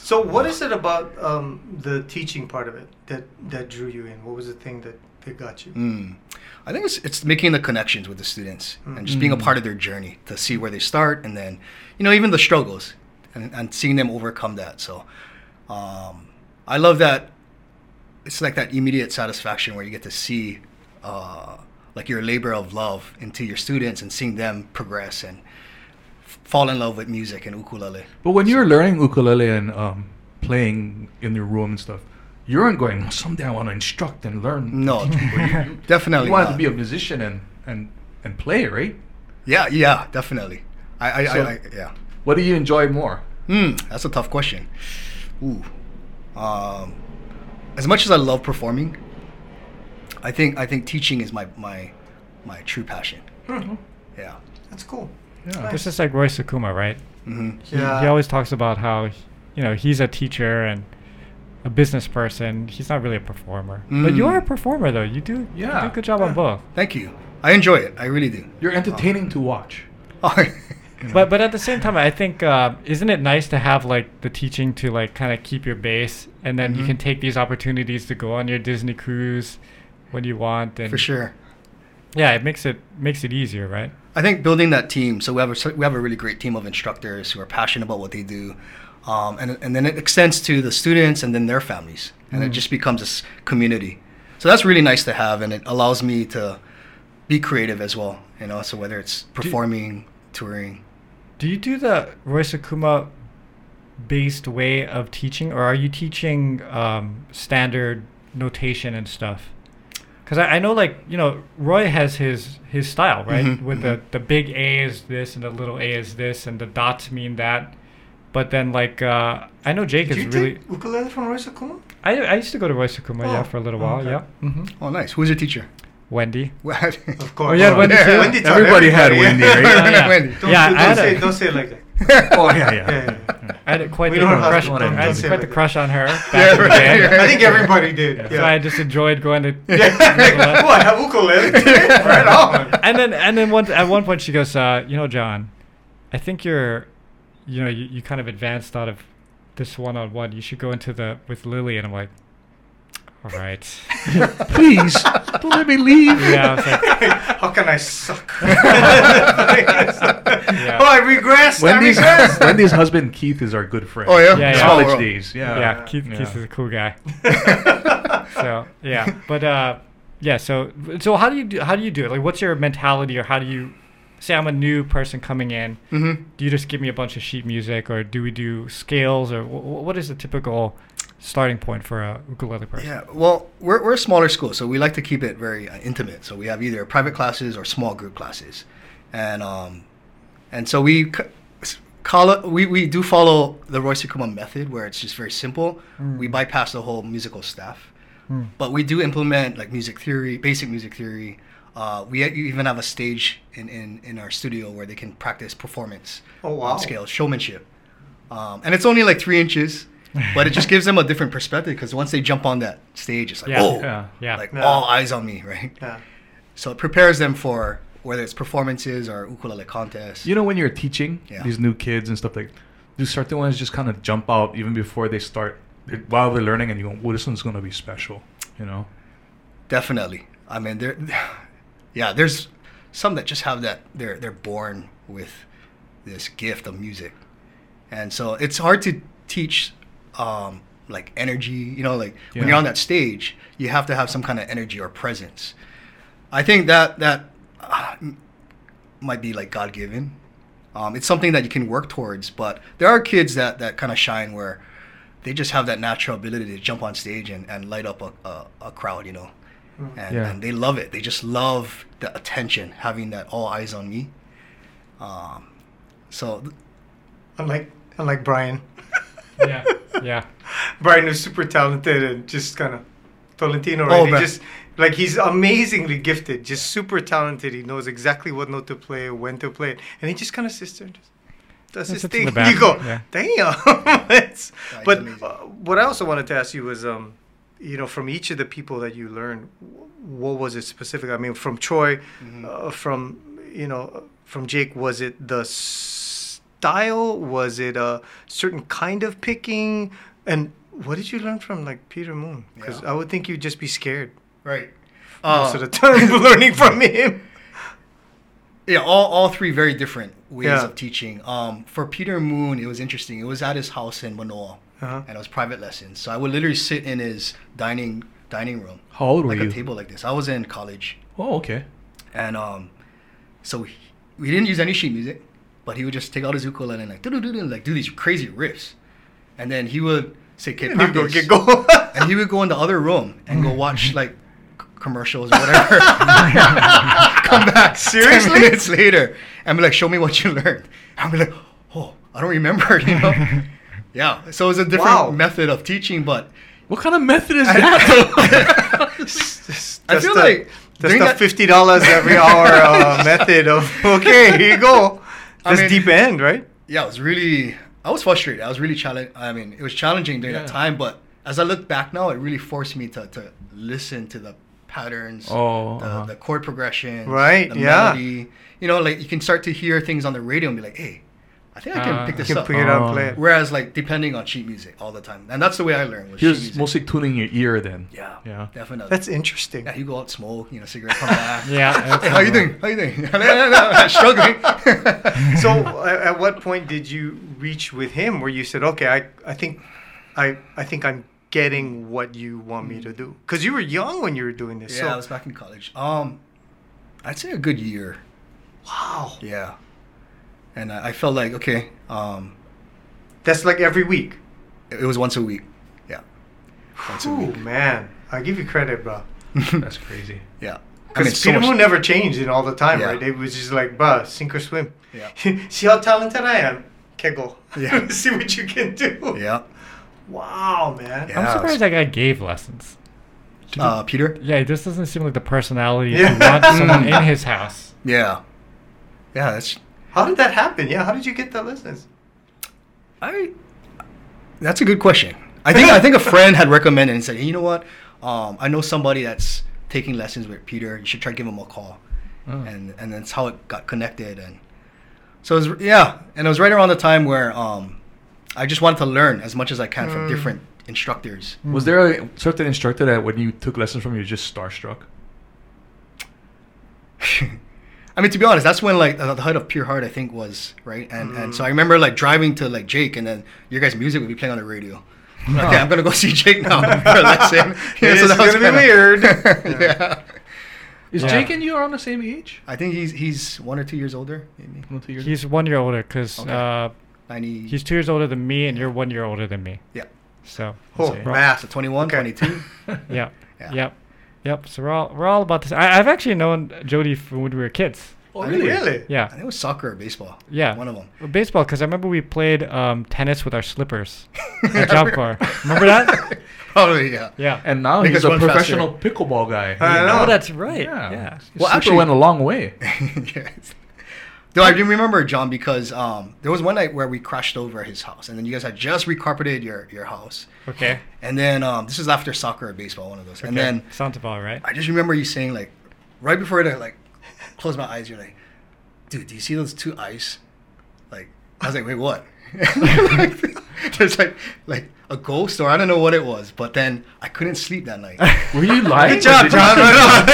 S2: So what is it about um, the teaching part of it that that drew you in? What was the thing that that got you?
S5: Mm. I think it's, it's making the connections with the students and just being a part of their journey to see where they start and then, you know, even the struggles and, and seeing them overcome that. So um, I love that. It's like that immediate satisfaction where you get to see uh, like your labor of love into your students and seeing them progress and f- fall in love with music and ukulele.
S4: But when you were learning ukulele and um, playing in your room and stuff, you weren't going, "Oh, someday I want to instruct and learn.
S5: No,
S4: you, you,
S5: definitely.
S4: you wanted
S5: not.
S4: to be a musician and, and, and play, right?
S5: yeah, yeah, definitely. I, I,
S4: So-
S5: I, I yeah.
S4: What do you enjoy more?
S5: Hmm, that's a tough question. Ooh. Um, as much as I love performing, I think I think teaching is my my my true passion. Yeah.
S2: That's cool.
S4: Yeah.
S1: This is like Roy Sakuma, right?
S5: hmm
S1: He, he always talks about how, you know, he's a teacher and a business person. He's not really a performer. But you
S5: Mm.
S1: are a performer, though. You do, you
S4: Yeah,
S1: do a good job on
S4: yeah.
S1: both.
S5: Thank you. I enjoy it. I really do. Uh,
S4: You're entertaining to watch.
S5: Alright.
S4: you know.
S1: But but at the same time, I think uh, isn't it nice to have like the teaching to like kind of keep your base, and then you
S5: Mhm.
S1: can take these opportunities to go on your Disney cruise when you want. And
S5: for sure.
S1: yeah, it makes it makes it easier, right?
S5: I think building that team. So we have a, we have a really great team of instructors who are passionate about what they do, um, and and then it extends to the students and then their families, and
S2: Mm.
S5: it just becomes this community. So that's really nice to have, and it allows me to be creative as well. You know, so whether it's performing, touring,
S1: Do you do the Roy Sakuma based way of teaching, or are you teaching um, standard notation and stuff? Because I, I know, like you know, Roy has his his style, right?
S2: Mm-hmm,
S5: Mhm,
S1: With the the big A is this, and the little A is this, and the dots mean that. But then, like uh, I know Jake
S2: Did
S1: is
S2: you
S1: really.
S2: take ukulele from Royce Akuma?
S1: I I used to go to Roy Sakuma, yeah,
S2: Oh,
S1: for a little
S2: oh,
S1: while,
S2: okay.
S1: yeah. hmm
S5: oh nice. Who's your teacher?
S1: Wendy.
S2: Of course. Oh,
S1: you had Oh, Wendy
S2: Yeah,
S1: too?
S2: Wendy taught
S4: Everybody had
S2: everybody,
S4: Wendy, right?
S1: Yeah, yeah.
S5: Wendy.
S2: Don't,
S1: Yeah,
S2: say,
S1: I had
S2: don't, say,
S1: a-
S2: don't say it like that.
S4: oh yeah, yeah.
S2: Yeah, yeah, yeah.
S1: I had quite
S2: We
S1: the
S2: don't have
S1: crush.
S2: to-
S1: on,
S2: don't-
S1: I
S2: don't
S1: had
S2: say
S1: quite the
S2: like that.
S1: crush on her. Back
S5: Yeah,
S1: in the
S5: right,
S1: day.
S5: right.
S2: I think everybody did.
S1: So
S2: Yeah.
S1: I just enjoyed going to.
S2: yeah. oh, I have ukulele. right on.
S1: and then and then one at one point she goes, uh, you know, John, I think you're, you know, you, you kind of advanced out of this one on one. You should go into the with Lily, and I'm like, all right,
S4: Please don't let me leave.
S1: yeah, I was like,
S2: How can I suck? Oh, I regressed.
S4: Wendy's,
S2: I regressed.
S4: Wendy's husband Keith is our good friend.
S5: Oh yeah,
S1: Yeah, yeah.
S4: college
S5: Small world.
S4: days. Yeah,
S1: yeah, Keith,
S4: yeah.
S1: Keith is a cool guy. so yeah, but uh, yeah, so so how do you do how do you do it? Like, what's your mentality, or how do you? Say I'm a new person coming in.
S5: Mhm.
S1: Do you just give me a bunch of sheet music, or do we do scales, or wh- what is the typical starting point for a ukulele person?
S5: Yeah, well, we're, we're a smaller school, so we like to keep it very uh, intimate. So we have either private classes or small group classes, and um, and so we c- s- call we, we do follow the Roy Sikuma method, where it's just very simple. We bypass the whole musical stuff, but we do implement like music theory, basic music theory. Uh, we e- even have a stage in, in, in our studio where they can practice performance
S2: Oh,
S5: on
S2: wow.
S5: scale, showmanship. Um, and it's only like three inches, but it just gives them a different perspective because once they jump on that stage, it's like,
S1: Yeah.
S5: whoa,
S4: Yeah.
S1: Yeah.
S5: like
S2: Yeah.
S5: all eyes on me, right?
S2: Yeah.
S5: So it prepares them for whether it's performances or ukulele contests.
S4: You know when you're teaching
S5: Yeah.
S4: these new kids and stuff like, do certain ones just kind of jump out even before they start they're- while they're learning, and you go, "Well, this one's gonna be special," you know?
S5: Definitely. I mean, there, yeah, there's some that just have that. They're they're born with this gift of music, and so it's hard to teach, um, like energy. You know, like when
S4: Yeah.
S5: you're on that stage, you have to have some kind of energy or presence. I think that that uh, m- might be like God given. Um, it's something that you can work towards, but there are kids that that kind of shine where they just have that natural ability to jump on stage and, and light up a, a, a crowd, you know.
S2: Mm.
S5: And,
S4: Yeah.
S5: and they love it. They just love the attention, having that all eyes on me. Um, so th-
S2: Unlike, unlike Brian.
S1: yeah, yeah.
S2: Brian is super talented and just kind of Tolentino,
S5: Oh,
S2: right? He
S5: man.
S2: just like he's amazingly gifted, just super talented. He knows exactly what note to play, when to play it, and he just kind of sits there and just does
S1: Yeah,
S2: his
S1: sits in
S2: thing.
S1: the back,
S2: You go,
S1: yeah.
S2: damn. It's-
S5: it's
S2: but
S5: amazing.
S2: uh, what I also wanted to ask you was, um, you know, from each of the people that you learned, wh- what was it specific? I mean, from Troy,
S5: Mm-hmm.
S2: uh, from you know, from Jake, was it the style? Was it a certain kind of picking? And what did you learn from like Peter Moon? Because
S5: Yeah.
S2: I would think you'd just be scared
S5: right.
S2: most
S5: Uh,
S2: of the time learning from him.
S5: yeah, all, all three very different ways
S2: Yeah.
S5: of teaching. Um, for Peter Moon, it was interesting. It was at his house in Manoa,
S2: Uh-huh.
S5: and it was private lessons. So I would literally sit in his dining dining room,
S4: How old were
S5: like
S4: you?
S5: a table like this. I was in college.
S4: Oh, okay.
S5: And um, so he, we didn't use any sheet music, but he would just take out his ukulele and like do do do like do these crazy riffs, and then he would say, "Okay,
S2: You go
S5: practice."
S2: get go.
S5: And he would go in the other room and go watch like c- commercials or whatever. Come back
S2: Seriously?
S5: ten minutes later and be like, "Show me what you learned." I'd be like, "Oh, I don't remember," you know. Yeah, so it was a different
S2: Wow.
S5: method of teaching, but
S4: What kind of method is that?
S5: I feel like
S2: That's
S5: during
S2: the
S5: that-
S2: fifty dollars every hour uh, method of okay, here you go.
S5: I
S2: That's
S5: mean-
S2: deep end, right?
S5: yeah, it was really. I was frustrated. I was really challenged. I mean, it was challenging during
S4: Yeah.
S5: that time, but as I look back now, it really forced me to, to listen to the patterns,
S4: Oh,
S5: the,
S4: uh-huh.
S5: the chord progression,
S2: Right,
S5: the
S2: yeah.
S5: melody. You know, like you can start to hear things on the radio and be like, hey, I think I can
S4: Ah.
S5: pick
S2: You
S5: this
S2: Uh, can pick
S5: up. Uh-huh.
S2: it up
S4: Oh.
S2: and play it.
S5: Whereas, like depending on sheet music all the time, and that's the way I learned was
S4: You're
S5: sheet music.
S4: mostly tuning your ear then.
S5: yeah,
S4: Yeah.
S5: definitely.
S2: That's interesting.
S5: yeah, you go out smoke, you know, cigarette come back.
S1: Yeah.
S5: Hey, how you doing? How you doing? Struggling.
S2: so a- at what point did you reach with him where you said okay i, I think I, I think i'm getting what you want me to do because you were young when you were doing this
S5: Mm. yeah, I was
S2: so
S5: back in college. Um, I'd say a good year.
S2: wow
S5: Yeah, and I, I felt like okay, um,
S2: that's like every week
S5: it, it was once a week. Yeah, once a
S2: Ooh,
S5: week.
S2: man i give you credit bro
S4: That's crazy.
S5: Yeah, I mean,
S2: because
S5: so
S2: Peter Moon
S5: much,
S2: never changed in all the time,
S5: Yeah.
S2: right? It was just like, bruh, sink or swim.
S5: Yeah.
S2: See how talented I am? Kegel.
S5: Yeah.
S2: See what you can do.
S5: yeah,
S2: Wow, man.
S5: Yeah.
S1: I'm surprised that guy gave lessons.
S5: uh, Peter.
S1: Yeah, this doesn't seem like the personality you
S2: Yeah.
S1: want someone in his house.
S5: Yeah, yeah. That's
S2: How did that happen? Yeah, how did you get that lessons?
S5: I. That's a good question. I think I think a friend had recommended and said, hey, you know what? Um, I know somebody that's taking lessons with Peter. You should try to give him a call.
S4: Oh.
S2: Hmm.
S5: and and that's how it got connected and so it was yeah and it was right around the time where um i just wanted to learn as much as i can
S2: Hmm.
S5: from different instructors
S4: Was there a certain instructor that when you took lessons from you were just starstruck?
S5: i mean to be honest that's when like the, the height of pure heart i think was right and
S2: Hmm.
S5: and so i remember like driving to like jake and then your guys music would be playing on the radio okay i'm gonna go see jake now for a lesson Yeah,
S2: This is
S5: that was
S2: gonna be weird.
S5: yeah
S4: Is
S1: Yeah.
S4: Jake and you around the same age?
S5: i think he's he's one or two years older maybe
S2: Hmm.
S4: One or two years?
S1: He's one year older because
S5: Okay.
S1: uh,
S5: 90
S1: he's two years older than me, and you're one year older than me.
S5: yeah
S1: So,
S2: Oh,
S1: so-
S5: so
S2: math.
S5: 21
S2: Okay.
S5: 22
S1: Yep.
S5: Yeah.
S1: Yep. Yep. So we're all we're all about this. I, I've actually known Jody from when we were kids.
S4: oh,
S2: Really?
S5: i
S1: Yeah.
S5: think it was soccer or baseball
S1: Yeah.
S5: one of them
S1: Well, Baseball, because I remember we played um, tennis with our slippers at Job Corps. Remember that?
S5: probably Oh, yeah
S1: Yeah.
S4: And now
S5: Make us
S4: he's a
S5: run faster.
S4: professional pickleball guy.
S2: I know.
S1: oh, that's right.
S4: Yeah.
S1: Yeah.
S4: Well,
S5: Well,
S4: actually,
S5: actually-
S4: went a long way.
S5: yes. No, I do remember John because um, there was one night where we crashed over at his house, and then you guys had just recarpeted your your house,
S1: Okay.
S5: and then um, this is after soccer or baseball, one of those, and
S1: Okay.
S5: then
S1: sounds about right.
S5: I just remember you saying like, right before I like close my eyes, you're like, dude, do you see those two eyes? Like, I was like, wait, what? There's like like a ghost, or I don't know what it was, but then I couldn't sleep that night.
S4: Were you lying?
S2: Good job,
S4: Did you-
S2: John.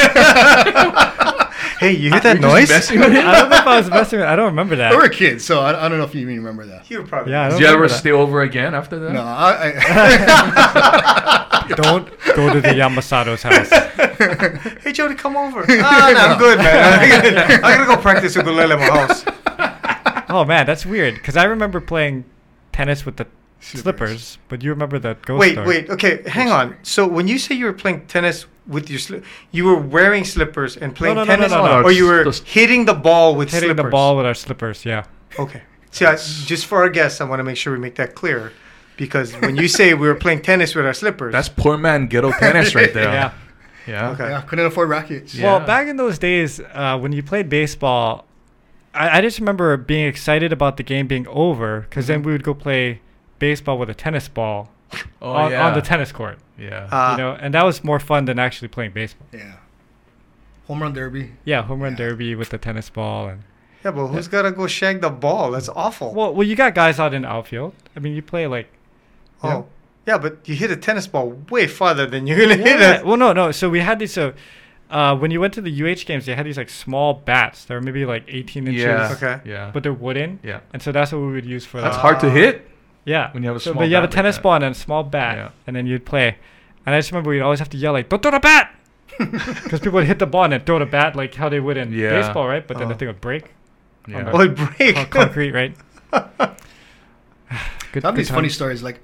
S2: hey, you
S1: Ah,
S2: hear that
S4: were you
S2: noise?
S4: just messing with
S1: I
S4: him?
S1: don't know if I was messing with. I don't remember that.
S5: we were kids, so I, I don't know if you even remember that.
S2: You were probably.
S1: Yeah, I
S4: Did
S1: don't
S4: you ever
S1: remember that.
S4: stay over again after that?
S5: No, I, I
S1: Don't go to the Yamashita's house.
S2: Hey, Jody, come over. Ah, no, I'm good, man. I'm gonna go practice ukulele at my house.
S1: Oh man, that's weird. Because I remember playing tennis with the slippers,
S5: Slippers.
S1: but you remember the ghost
S2: Wait,
S1: story.
S2: wait. Okay, hang on. So when you say you were playing tennis with your slip, you were wearing slippers and playing
S1: no, no,
S2: tennis,
S1: no, no, no.
S2: or you were
S4: Those-
S2: hitting the ball with
S1: Hitting
S2: slippers.
S1: the ball with our slippers. Yeah.
S2: Okay. See, I, just for our guests, I want to make sure we make that clear, because when you say we were playing tennis with our slippers,
S4: That's poor man ghetto tennis right there.
S1: Yeah.
S4: Yeah.
S2: Okay.
S5: yeah, couldn't afford rackets.
S4: Yeah.
S1: Well, back in those days, uh, when you played baseball, I, I just remember being excited about the game being over because then we would go play baseball with a tennis ball
S4: Oh,
S1: on,
S4: yeah.
S1: on the tennis court.
S4: Yeah.
S2: uh,
S1: you know, and that was more fun than actually playing baseball.
S5: Yeah. Home run derby.
S1: Yeah, home run
S5: Yeah.
S1: derby with the tennis ball and
S2: yeah, but who's gotta go shag the ball? That's awful.
S1: well, well, you got guys out in the outfield. I mean, you play like
S2: oh. Yeah, but you hit a tennis ball way farther than you're gonna hit
S1: Yeah,
S2: it.
S1: Well, no, no. So we had these. So uh, when you went to the UH games, they had these like small bats. They were maybe like 18 inches.
S4: yeah.
S2: Okay. Uh,
S4: Yeah.
S1: But they're wooden.
S4: yeah.
S1: And so that's what we would use for
S4: That's
S1: the-
S4: hard to hit.
S2: oh
S1: Yeah.
S4: when you have a
S1: so,
S4: small
S1: But you have a
S4: bat like
S1: tennis
S4: that.
S1: ball and then a small bat,
S4: Yeah.
S1: and then you'd play. And I just remember we'd always have to yell like, "Don't throw the bat," because people would hit the ball and then throw the bat like how they would in
S4: Yeah. Oh.
S1: baseball, right? But then the
S2: Uh-huh.
S1: thing would break
S4: Yeah.
S2: Oh, it break.
S1: on concrete, right? good,
S5: I have
S1: good
S5: these funny
S1: times.
S5: stories. Like,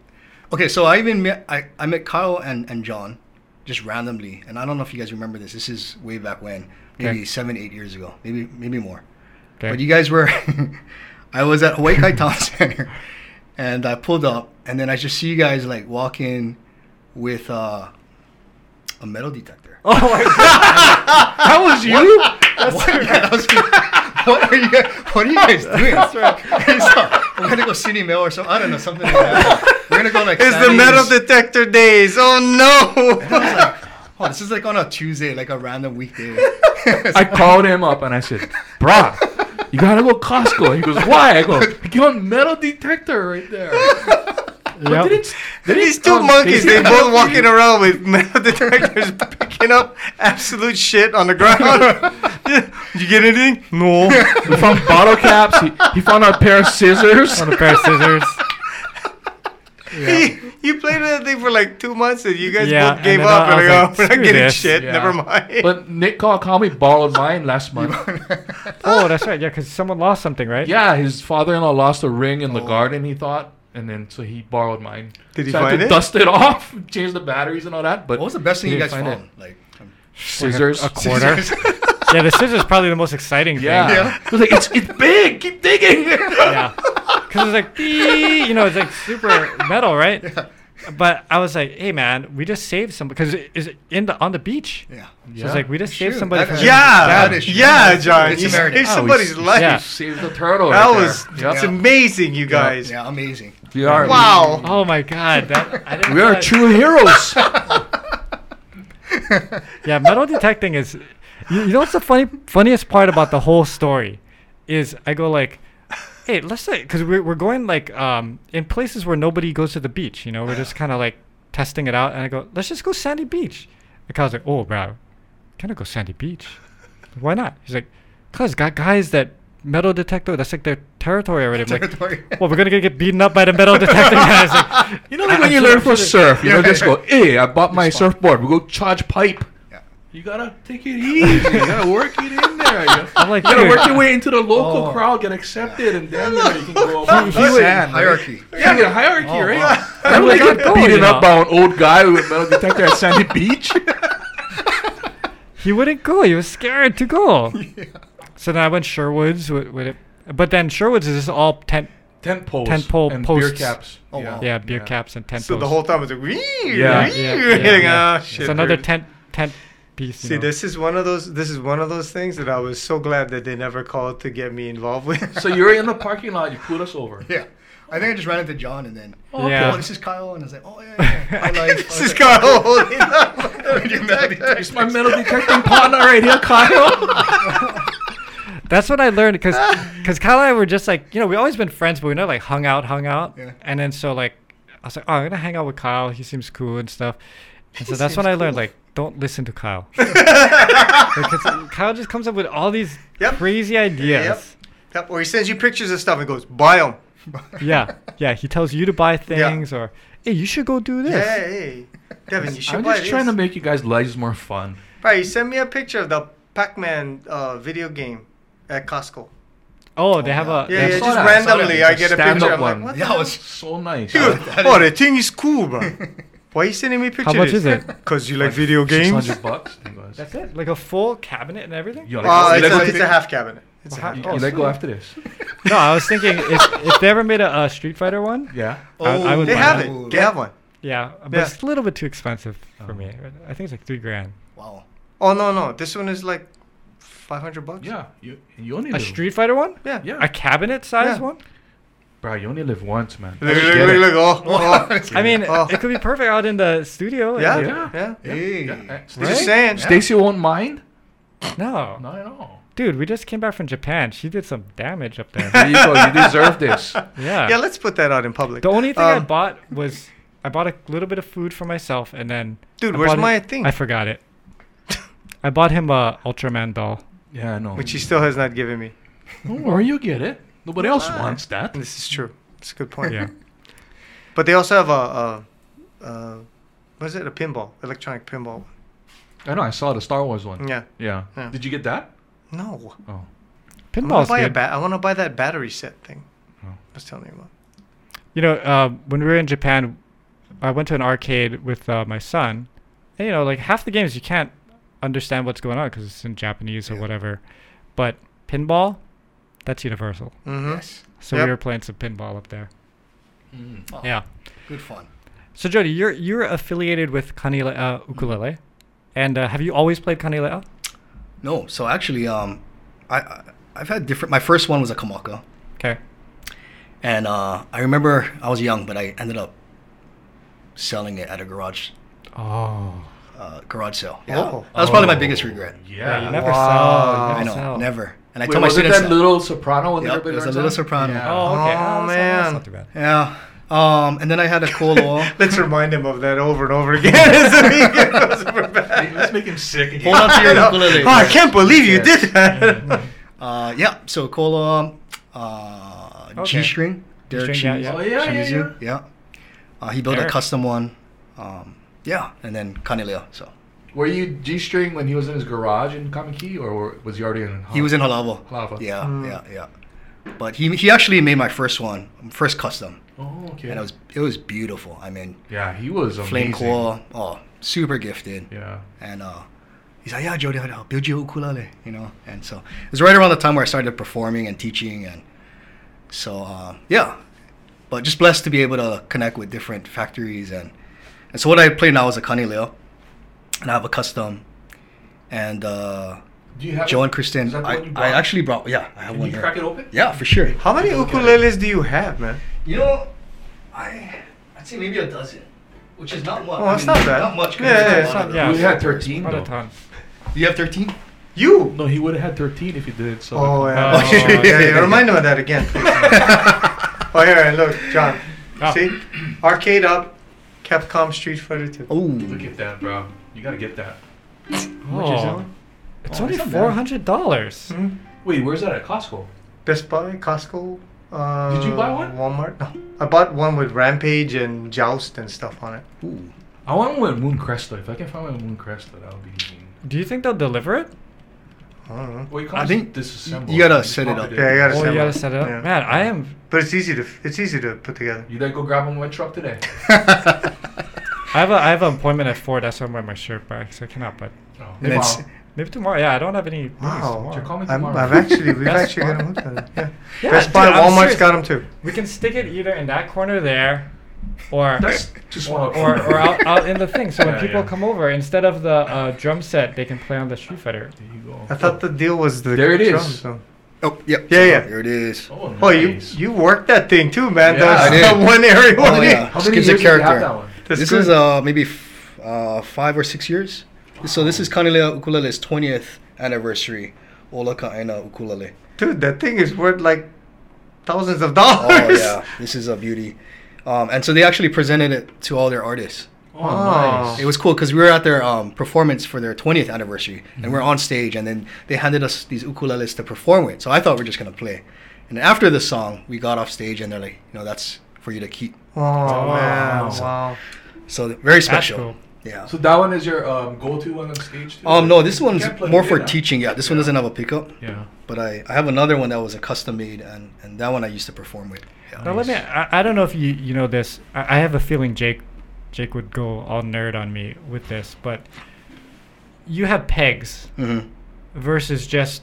S5: okay, so I even met I, I met Kyle and, and John just randomly, and I don't know if you guys remember this. This is way back when, maybe
S1: Okay.
S5: seven, eight years ago, maybe maybe more.
S1: Okay.
S5: But you guys were, I was at Hawaii Kai Town Center, and I pulled up, and then I just see you guys like walk in with uh, a metal detector. Oh,
S4: That was you?
S5: what, yeah, that was me. what are you guys? What are you guys doing? That's right. we're gonna go City Mail or something. I don't know something like that. We're gonna go like.
S2: It's the metal
S5: Sandy's.
S2: detector days. Oh no!
S5: I was like, Oh, this is like on a Tuesday, like a random weekday.
S4: I called him up and I said, "Bruh, you gotta go Costco." He goes, "Why?" I go, "Give him metal detector right there." But
S1: Yep.
S4: didn't- didn't,
S2: These two
S4: um,
S2: monkeys, they
S4: didn't-
S2: both walking around with metal detectors picking up absolute shit on the ground. you get anything? No.
S4: He found bottle caps. He, he found a pair of scissors.
S1: On a pair of scissors.
S2: you played that thing for like two months and you guys
S1: Yeah,
S2: both gave
S1: and then
S2: up
S1: I
S2: and
S1: was
S2: like, oh,
S1: like,
S2: we're not
S1: "Screw
S2: getting
S1: this."
S2: shit.
S4: Yeah.
S2: Never mind.
S4: But Nick called, called me, borrowed mine last month.
S1: Oh, that's right. Yeah, because someone lost something, right?
S4: yeah, his father-in-law lost a ring in the garden. He thought, and then so he borrowed mine.
S2: Oh. Did he
S4: so I had
S2: find
S4: to
S2: it?
S4: dust it off, change the batteries and all that. But
S5: What was the best thing
S4: he
S5: you guys
S4: didn't find
S5: found? Like, um,
S4: Scissors.
S1: A quarter.
S5: scissors.
S1: yeah, the scissors is probably the most exciting
S4: yeah.
S1: thing.
S5: Yeah.
S4: He was like, it's it's big. Keep digging.
S1: Yeah. Because it's like, "Dee," you know, it's like super metal, right? But I was like, hey, man, we just saved some because is it in the on the beach?
S5: yeah.
S1: So it's like we
S4: Oh,
S1: just saved
S5: Shoot,
S1: somebody.
S5: that
S1: from
S5: is-
S2: Yeah,
S5: That is-
S2: yeah,
S5: it's-
S2: John.
S5: it's
S2: you
S5: American.
S2: saved
S5: Oh,
S2: somebody's life.
S1: yeah.
S4: Saved the turtle.
S2: That
S4: right there.
S2: was
S4: Yep.
S2: it's amazing, you guys.
S5: Yeah, amazing.
S4: We are
S2: Wow.
S1: Oh my God! That, I didn't
S4: We are
S1: realize-
S4: true heroes.
S1: Yeah, metal detecting is. You, you know what's the funny funniest part about the whole story, is I go like, hey, let's say because we're we're going like um in places where nobody goes to the beach. You know, we're just kind of like testing it out, and I go, let's just go sandy beach. And Kyle's like, oh, bro, can I go sandy beach? Why not? He's like, cause got guys that metal detector. That's like their territory already. I'm like,
S5: Territory.
S1: well, we're gonna get beaten up by the metal detector guys. Like,
S4: You know, like when you learn for surf, you know, just go, hey, I bought my surfboard. We go charge pipe.
S5: Yeah.
S4: You gotta take it easy. You gotta work it in there. You
S1: I'm like,
S4: gotta
S1: dude, Oh.
S4: work your way into the local crowd, get accepted, and then you know, you can go up.
S1: he would-
S4: Sand, right?
S5: Hierarchy.
S4: Yeah, you get a hierarchy, right?
S1: I'm
S4: I'm like,
S1: like, I'm
S4: get
S1: going,
S4: beaten
S1: you
S4: up
S1: know.
S4: by an old guy with a metal detector at Sandy Beach.
S1: he wouldn't go. He was scared to go. So then I went Sherwood's with, with it, but then Sherwood's is just all tent,
S4: Tent poles.
S1: Tent pole
S4: and beer
S1: posts.
S4: caps.
S5: Oh, wow.
S1: yeah, beer caps and tent.
S2: So the
S1: posts.
S2: whole time it's like, wee,
S4: Yeah,
S2: wee,
S1: yeah, yeah,
S2: like,
S1: yeah.
S2: "Ah, shit,
S1: it's another
S2: dude."
S1: tent tent piece. you
S2: See,
S1: know.
S2: this is one of those. This is one of those things that I was so glad that they never called to get me involved with.
S4: So you're in the parking lot, you pulled us over.
S5: Yeah. I think I just ran into John and then, oh,
S1: Yeah.
S5: this is Kyle. And I was like, oh, yeah, yeah. yeah. My life.
S2: this is kind of holding up.
S4: It's my metal detecting partner right here, Kyle.
S1: That's what I learned because because Kyle and I were just like you know we always been friends, but we never like hung out, hung out.
S5: Yeah.
S1: And then so like I was like, oh, I'm gonna hang out with Kyle. He seems cool and stuff. And so that's when I learned like don't listen to Kyle. because Kyle just comes up with all these
S2: Yep.
S1: crazy ideas.
S2: Yep, Or he sends you pictures of stuff and goes, buy them.
S1: Yeah, yeah. He tells you to buy things or hey, you should go do this.
S2: Hey, Devin, you should
S4: I'm
S2: buy
S4: just trying to
S2: this.
S4: make you guys' lives more fun.
S2: Right, you send me a picture of the Pac-Man uh, video game at Costco.
S1: Oh, they have
S5: yeah.
S1: a they
S2: Yeah,
S1: have
S2: yeah.
S4: saw
S2: Just
S4: that, I saw
S2: randomly,
S5: that.
S2: I get a
S4: Stand
S2: picture. I'm
S4: up
S2: like,
S4: one.
S2: what? the
S5: Yeah, it
S2: hell?
S5: was
S4: So nice.
S2: Dude,
S4: huh?
S5: that
S2: oh,
S5: is-
S2: the thing is cool, bro. Why are you sending me pictures?
S1: much is it?
S2: Because you like video games.
S4: 600 bucks. I think it was.
S1: That's it? Like a full cabinet and everything?
S4: You
S2: Uh,
S4: you
S2: it's, a,
S4: go
S2: it's
S4: after-
S2: a half cabinet. It's a
S1: Wow.
S2: half.
S4: you-
S1: Oh,
S4: you let go
S1: sweet.
S4: after this.
S1: No, I was thinking if, if they ever made a, uh Street Fighter one,
S4: Yeah.
S1: I- I
S5: Oh,
S1: would
S2: They
S1: buy
S2: have
S1: that.
S2: it. They have one.
S1: yeah, but
S2: Yeah.
S1: it's a little bit too expensive for me. I think it's like three grand.
S5: Wow.
S2: Oh no no, this one is like five hundred bucks.
S4: Yeah. You, you only
S1: A
S4: live.
S1: Street Fighter one?
S2: yeah.
S4: Yeah.
S1: A cabinet size
S2: Yeah.
S1: one?
S4: Bro, you only live once, man.
S2: Look,
S4: Just
S2: look,
S4: get
S2: look,
S4: it.
S2: look, oh, oh.
S1: I mean,
S2: Oh.
S1: it could be perfect out in the studio. and-
S2: yeah,
S4: Yeah.
S2: yeah.
S5: Hey.
S4: Yeah, eh, Stacy-
S1: Right?
S2: Just saying.
S4: Stacy won't mind?
S1: No.
S4: Not at all.
S1: Dude, we just came back from Japan. She did some damage up there.
S4: There you go. You deserve this.
S1: yeah.
S2: Yeah, let's put that out in public.
S1: the only thing I
S2: Um,
S1: bought was I bought a little bit of food for myself and then
S2: Dude,
S1: I
S2: where's
S1: bought him-
S2: my thing?
S1: I forgot it. I bought him a Ultraman doll.
S4: Yeah, I know.
S2: which he still has not given me.
S4: Don't worry, you'll get it. Nobody else wants that.
S2: This is true. It's a good point.
S1: Yeah.
S2: But they also have a, a, a what is it? A pinball, electronic pinball.
S4: I know. I saw the Star Wars one.
S2: Yeah.
S4: Yeah.
S2: Yeah.
S4: Did you get that?
S2: No.
S4: Oh.
S2: I want
S1: Pinball's
S2: to buy a
S1: good.
S2: bat. I want to buy that battery set thing.
S4: Oh.
S2: I was telling you about.
S1: You know, uh, when we were in Japan, I went to an arcade with uh, my son, and you know, like half the games you can't understand what's going on because it's in Japanese or whatever. But pinball, that's universal.
S2: Mm-hmm.
S5: Yes.
S1: So
S2: Yep.
S1: we were playing some pinball up there.
S5: Wow.
S1: Yeah.
S5: Good fun.
S1: So Jody, you're you're affiliated with Kanile uh, Ukulele, and uh, have you always played Kanilea?
S5: No, so actually, um, I, I I've had different. My first one was a Kamaka,
S1: Okay.
S5: and uh, I remember I was young, but I ended up selling it at a garage
S1: Oh.
S5: uh, uh, garage sale. Yeah.
S2: Oh.
S5: That was probably my biggest regret.
S1: Yeah,
S4: Yeah.
S1: you never
S2: Wow.
S1: saw.
S5: I
S1: You never
S5: know,
S1: saw.
S5: never. And I
S3: Wait,
S5: told my
S3: was it
S5: students
S3: that little soprano with
S5: Yep,
S3: everybody
S5: it was a
S3: learns
S5: little
S3: on?
S5: soprano.
S4: Yeah.
S1: Oh, okay.
S2: Oh,
S1: Oh, that's not- that's
S2: man.
S1: not too bad.
S5: Yeah. Um, and then I had a cold oil.
S2: Let's remind him of that over and over again. as the weekend goes by.
S4: Let's make him sick again.
S5: Hold on to your ukulele.
S2: oh, I can't believe you did that.
S5: Uh, yeah. So cola, uh,
S1: Okay.
S5: G string, Derek
S1: G-string,
S5: Shizu.
S1: yeah,
S4: Oh, yeah, yeah,
S5: Shizu, yeah. Uh, he built
S1: Derek.
S5: a custom one. Um, yeah, and then Caneleo. So
S3: Were you G string when he was in his garage in Kamiki, or were- was he already in?
S4: Oh.
S5: he was in Halavo.
S3: Halava.
S5: Yeah,
S2: Mm.
S5: yeah, yeah. But he he actually made my first one, first custom,
S4: Oh, okay.
S5: and it was it was beautiful. I mean,
S4: yeah, he was amazing.
S5: flame coil, oh, super gifted.
S4: Yeah.
S5: And uh, he's like, yeah, Jody, I'll build you a ukulele, you know. And so it was right around the time where I started performing and teaching, and so uh, yeah. But just blessed to be able to connect with different factories and and so what I play now is a Canileo, and I have a custom, and uh,
S4: Do you have
S5: Joe and
S4: is
S5: Kristen,
S4: that the
S5: I,
S4: one you
S5: I
S4: brought?
S5: actually brought yeah, I have
S4: Can
S5: one
S4: you
S5: here.
S4: crack it open?
S5: Yeah, for sure.
S2: How many ukuleles do you have, man?
S5: You know, I I'd say maybe a dozen, which is not much.
S2: Oh, it's not bad.
S5: Not much.
S2: Yeah, yeah,
S5: compared to
S2: it's
S5: a lot
S2: not-
S5: of
S1: yeah.
S3: We had 13
S1: Not a
S3: though.
S1: ton.
S5: them. You have thirteen.
S2: You.
S4: No, he would have had 13 if he did. So
S2: Oh, yeah.
S1: Oh,
S2: yeah,
S1: shit.
S2: yeah, yeah. Remind him of that again. please. oh, here, here, look, John.
S1: Ah.
S2: See? Arcade up, Capcom Street Fighter 2.
S5: Oh,
S4: Look at that, bro. You gotta get that.
S1: Oh, it's
S5: Oh,
S1: only
S5: it's not bad.
S1: four hundred dollars.
S2: Hmm?
S4: Wait, where's that at Costco?
S2: Best Buy, Costco. Uh,
S4: Did you buy one?
S2: Walmart. No. I bought one with Rampage and Joust and stuff on it.
S5: Ooh.
S4: I want one with Moon Cresta. If I can find one with Moon Cresta, that would be mean.
S1: Do you think they'll deliver it?
S2: I don't know.
S4: Well, you
S5: I
S4: can't
S5: think
S4: just disassemble.
S5: you gotta
S4: just
S5: set it
S4: pop
S5: up.
S4: in.
S2: Yeah, you gotta
S1: Oh,
S2: set
S1: you
S2: it
S1: gotta
S2: up.
S1: set it up.
S2: Yeah.
S1: Man, I am.
S2: But it's easy to it's easy to put together.
S4: You gotta go grab one with my truck today.
S1: I have a I have an appointment at Ford. That's why I'm wearing my shirt back, so I cannot. But
S4: Oh,
S5: And it's-
S4: wow.
S1: maybe tomorrow. Yeah, I don't have any. meetings
S2: Wow.
S4: Sure,
S1: Tomorrow.
S4: call me
S2: I'm,
S4: tomorrow.
S2: I've actually we've
S1: Best
S2: actually
S1: Buy.
S2: got a look at it. Yeah.
S1: Yeah,
S2: Best
S1: dude,
S2: Buy,
S1: I'm
S2: Walmart's
S1: serious.
S2: got them too.
S1: We can stick it either in that corner there, or
S4: That's just one
S1: or, or, or out, out in the thing. So when
S4: Yeah,
S1: people
S4: yeah.
S1: come over, instead of the uh, drum set, they can play on the Street Fighter.
S4: There you go.
S2: I thought the deal was the
S4: There it is.
S2: drums, so.
S5: Oh, yep.
S2: Yeah,
S5: So
S2: yeah.
S5: Here it is.
S4: Oh, nice.
S2: Oh, you you worked that thing too, man.
S4: Yeah,
S2: That's
S4: I
S5: did.
S2: the one area.
S5: Oh,
S2: one
S5: yeah.
S2: yeah.
S4: How
S5: Just
S4: many
S5: gives
S4: years did
S5: it
S4: you have
S5: character.
S4: that one?
S2: That's
S5: this
S2: good.
S5: is uh maybe f- uh five or six years. So this is Kanilea Ukulele's twentieth anniversary. Ola Kaena Ukulele.
S2: Dude, that thing is worth like thousands of
S5: Oh
S2: dollars.
S5: yeah, this is a beauty. Um, and so they actually presented it to all their artists.
S4: Oh,
S2: Wow.
S4: nice.
S5: It was cool because we were at their um, performance for their 20th anniversary, and we're on stage, and then they handed us these ukuleles to perform with. So I thought we are just gonna play, and after the song, we got off stage, and they're like, you know, that's for you to keep.
S2: Oh, man,
S1: wow.
S2: wow.
S5: So th- very
S1: That's
S5: special.
S1: cool.
S5: Yeah.
S4: So that one is your um, go-to one on stage? too?
S5: Um, no, this
S4: You
S5: one's
S4: can't plug
S5: more
S4: it
S5: for
S4: in, huh?
S5: teaching. Yeah, this one doesn't have a pickup.
S4: Yeah.
S5: But I, I have another one that was a custom made, and, and that one I used to perform with. Yeah.
S1: Now let me. I, I don't know if you you know this. I, I have a feeling Jake Jake would go all nerd on me with this, but you have pegs
S5: hmm
S1: versus just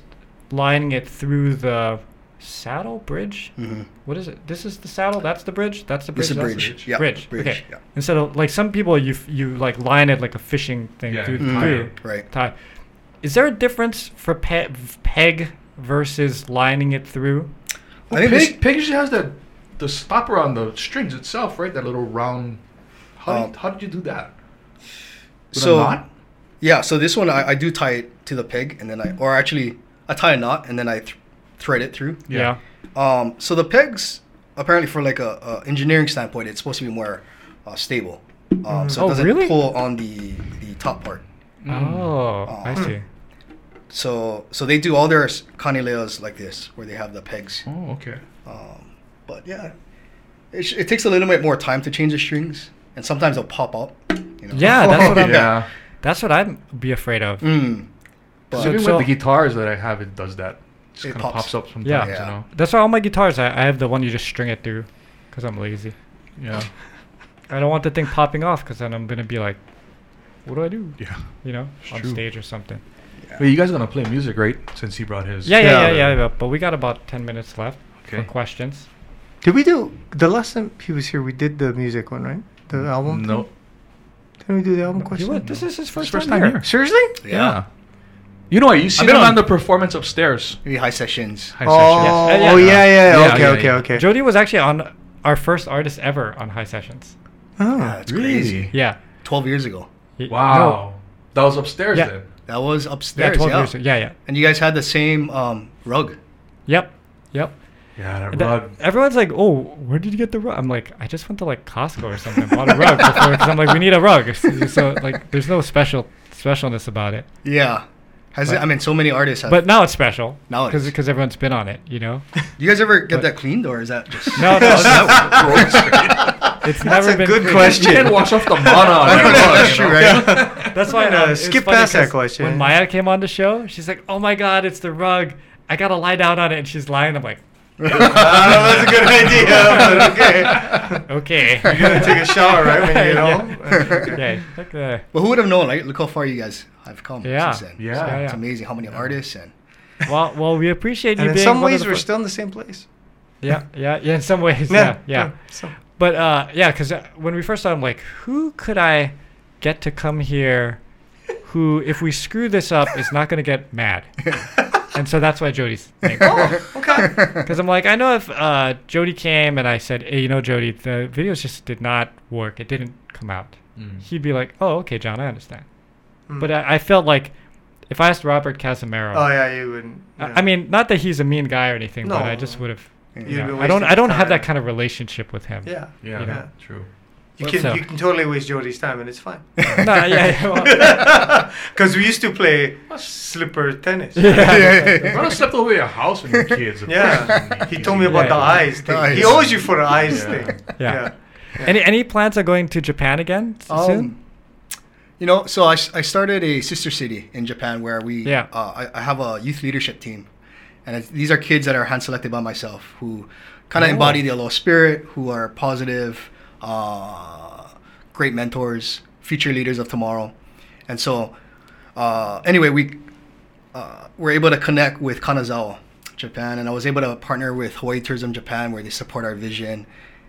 S1: lining it through the saddle bridge.
S5: hmm
S1: What is it? This is the saddle. That's the bridge. That's the bridge.
S5: This is a
S1: that's the
S5: bridge.
S4: bridge.
S5: Yeah.
S1: Bridge. Okay.
S5: Yeah.
S1: Instead of like some people, you f- you like line it like a fishing thing
S4: Yeah,
S1: through
S5: Mhm.
S1: through
S5: Right.
S1: tie. Is there a difference for pe- peg versus lining it through?
S5: I
S4: Pig,
S5: think this-
S4: Pig usually has the the stopper on the strings itself, right? That little round. How,
S5: Um,
S4: did, how did you do that? With
S5: So-
S4: a knot?
S5: Yeah, so this one I, I do tie it to the peg, and then I, or actually, I tie a knot and then I th- thread it through.
S4: Yeah.
S5: Um, so the pegs, apparently, for like a, a engineering standpoint, it's supposed to be more uh, stable, um, so
S1: Oh,
S5: it doesn't
S1: really?
S5: pull on the the top part.
S4: Mm.
S1: Oh, I
S5: Oh.
S1: see.
S5: So so they do all their s- canileos like this, where they have the pegs.
S4: Oh, okay.
S5: Um, but yeah, it, sh- it takes a little bit more time to change the strings, and sometimes they'll pop up. You know?
S1: Yeah, that's what I'm.
S4: Yeah.
S1: That's what I'd be afraid of.
S5: Mm. But
S4: So even
S1: so-
S4: with the guitars that I have, it does that. Just
S5: It
S4: kind of
S5: pops.
S4: pops up sometimes,
S1: Yeah.
S4: you know?
S1: That's why all my guitars, I, I have the one you just string it through, because I'm lazy.
S4: Yeah.
S1: I don't want the thing popping off, because then I'm gonna be like, what do I do?
S4: Yeah.
S1: You know,
S4: It's
S1: on
S4: true.
S1: stage or something.
S4: Wait, you guys gonna play music, right? Since he brought his.
S1: Yeah, yeah, yeah,
S4: Yeah.
S1: yeah. yeah, But we got about ten minutes left for
S4: Okay.
S1: questions.
S2: Did we do the last time he was here? We did the music one, right? The album.
S4: No.
S2: Did we do the album
S1: You
S2: question?
S1: would- This is his first,
S4: first
S1: time,
S4: time
S1: here.
S4: here.
S2: Seriously?
S5: yeah,
S4: Yeah. You know what? You seen
S5: been
S4: him
S5: on-
S4: on the performance upstairs.
S5: maybe high sessions.
S4: High
S2: Oh,
S1: Yes. Uh, yeah.
S2: oh yeah, yeah.
S4: Yeah,
S2: okay,
S4: yeah,
S2: okay,
S4: yeah.
S2: okay.
S1: Jody was actually on our first artist ever on High Sessions.
S2: Oh.
S5: Yeah, it's
S4: Really?
S5: crazy.
S1: Yeah.
S5: Twelve years ago.
S1: He-
S4: Wow. That was upstairs
S1: Yeah.
S4: then.
S5: That was
S1: Yeah,
S5: upstairs.
S1: 12
S5: yeah.
S1: years ago. Yeah, yeah.
S5: And you guys had the same um, rug.
S1: Yep. Yep.
S4: Yeah, that
S1: That-
S4: rug.
S1: everyone's like, "Oh, where did you get the rug?" I'm like, "I just went to like Costco or something, and bought a rug before." Because I'm like, "We need a rug." So, so, like, there's no special specialness about it.
S5: Yeah. Has
S1: But-
S5: I mean, so many artists have.
S1: But now it's special.
S5: Now it is.
S1: because everyone's been on it, you know.
S5: do you guys ever get
S1: but-
S5: that cleaned or is that just?
S1: No, no, it's
S2: That's
S1: never
S2: a
S1: been
S2: good
S1: clean.
S4: You can't
S2: question.
S4: wash off the mana on
S5: I
S4: that
S5: don't know,
S4: rug,
S5: that's
S4: you
S5: true,
S4: know?
S5: right?
S1: That's why
S2: No,
S1: uh, it was
S2: skip
S1: funny
S2: past that
S1: 'cause
S2: question.
S1: When Maya came on the show, she's like, "Oh my God, it's the rug. I gotta lie down on it," and she's lying. I'm like, Ah,
S2: that's
S5: Ah,
S2: a good idea. But
S1: "Okay,
S2: okay, you're gonna take a shower, right? When you get
S1: Yeah.
S2: home. Okay.
S1: okay, look there.
S5: But who would have known? Like, look how far you guys have come
S1: Yeah.
S5: since then.
S4: Yeah.
S5: So
S1: Yeah,
S5: it's
S1: yeah.
S5: amazing how many artists and
S1: Well, well, we appreciate you
S2: And in
S1: being
S2: some
S1: one of
S2: ways,
S1: the
S2: we're
S1: fir-
S2: still in the same place.
S1: Yeah, yeah, yeah. In some ways, yeah, yeah.
S2: so-
S1: But uh, yeah, because when we first started, I'm like, who could I get to come here who, if we screw this up, is not going to get mad? and so that's why Jody's name.
S5: Oh,
S2: okay.
S1: Because I'm like, I know if uh, Jody came and I said, hey, you know, Jody, the videos just did not work. It didn't come out.
S4: Mm.
S1: He'd be like, oh, okay, John, I understand. But I, I felt like if I asked Robert Casimiro,
S2: hmm. Oh yeah, you wouldn't.
S1: I-
S2: yeah.
S1: I mean, not that he's a mean guy or anything, but I
S2: No.
S1: just would have.
S5: You'd
S1: You
S2: be
S1: know, I
S2: wasting
S1: don't. I
S2: your
S1: don't have
S2: time.
S1: that kind of relationship with him.
S2: yeah,
S4: Yeah,
S1: You know.
S4: true.
S2: you
S1: Well,
S2: can
S1: so-
S2: you can totally waste Jody's time and it's fine.
S1: no, yeah, yeah, well-
S2: Because we used to play slipper tennis. Yeah,
S4: I would have slept over your house when your kids.
S2: he told me about
S1: Yeah.
S2: the eyes thing.
S5: The
S2: He
S5: eyes.
S2: owes you for the eyes
S4: Yeah.
S2: thing.
S1: Yeah. Any any plans on going to Japan again s-
S5: Um,
S1: soon?
S5: You know, so I, s- I started a sister city in Japan where we,
S1: Yeah.
S5: uh, I, I have a youth leadership team. And it's, these are kids that are hand selected by myself who kind of embody the aloha spirit, who are positive, uh, great mentors, future leaders of tomorrow. And so, uh, anyway, we uh, were able to connect with Kanazawa, Japan. And I was able to partner with Hawaii Tourism Japan where they support our vision.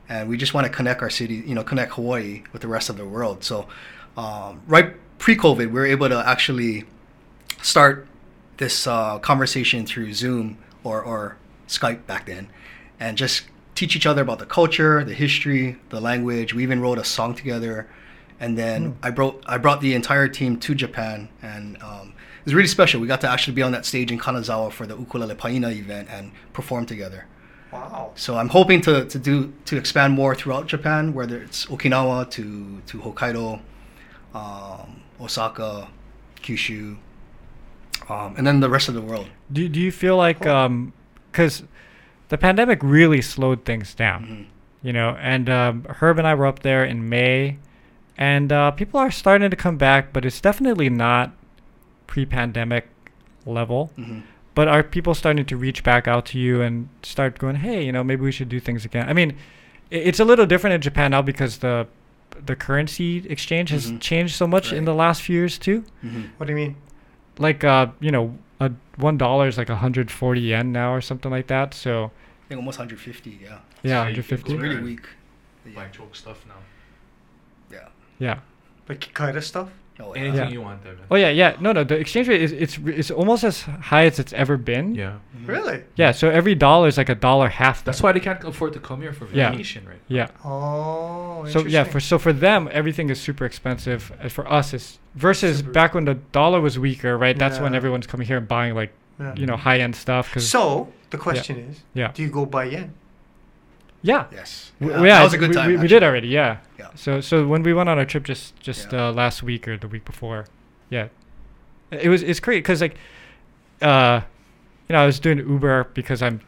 S5: And we just want to connect our city, you know, connect Hawaii with the rest of the world. So, um, right pre COVID, we were able to actually start this uh, conversation through Zoom or, or Skype back then and just teach each other about the culture, the history, the language. We even wrote a song together. And then I brought I brought the entire team to Japan, and um, it was really special. We got to actually be on that stage in Kanazawa for the Ukulele Paina event and perform together.
S2: Wow.
S5: So I'm hoping to, to do to expand more throughout Japan, whether it's Okinawa to to Hokkaido, um, Osaka, Kyushu, um, and then the rest of the world.
S1: Do Do you feel like um, because the pandemic really slowed things down,
S2: Mm-hmm.
S5: Mm-hmm.
S1: you know? And um, Herb and I were up there in May, and uh, people are starting to come back, but it's definitely not pre-pandemic level.
S5: Mhm.
S1: But are people starting to reach back out to you and start going, hey, you know, maybe we should do things again? I mean, i- it's a little different in Japan now because the the currency exchange has
S5: Mhm.
S1: changed so much in
S5: Right.
S1: the last few years too.
S5: Mm-hmm.
S2: What do you mean?
S1: Like uh, you know, a one dollar is like 140 yen now or something like that. So
S5: I think almost 150. Yeah,
S1: yeah,
S4: So you can
S5: it's
S1: 150.
S5: really
S4: Right.
S5: weak. Yeah,
S4: Like joke stuff now.
S5: yeah.
S1: Yeah.
S2: Like Kikaida stuff?
S5: Oh, yeah.
S4: Anything
S1: Yeah.
S4: you want, Devin.
S1: Oh yeah, yeah. No, no. The exchange rate is it's re- it's almost as high as it's ever been.
S4: Yeah.
S5: Mm.
S2: Really?
S1: Yeah. So every dollar is like a dollar half.
S4: That's
S1: now.
S4: why they can't afford to come here for
S1: Yeah.
S4: vacation, right?
S1: Yeah.
S2: Oh,
S1: So yeah, for
S2: interesting.
S1: so for them everything is super expensive. As for us, it's versus
S2: Super-
S1: back when the dollar was weaker, right? That's when
S2: Yeah.
S1: everyone's coming here and buying like
S2: Yeah.
S1: you know high end stuff. Cause
S2: So the question is,
S1: yeah,
S2: do you go by yen?
S1: yeah.
S5: Yes.
S1: W-
S5: Yeah,
S1: yeah,
S5: that was a good
S1: we,
S5: time.
S1: We, we did already, yeah.
S5: Yeah.
S1: So so when we went on our trip just just uh, last week or the week before, yeah, it was it's great because like, uh, you know I was doing Uber because I'm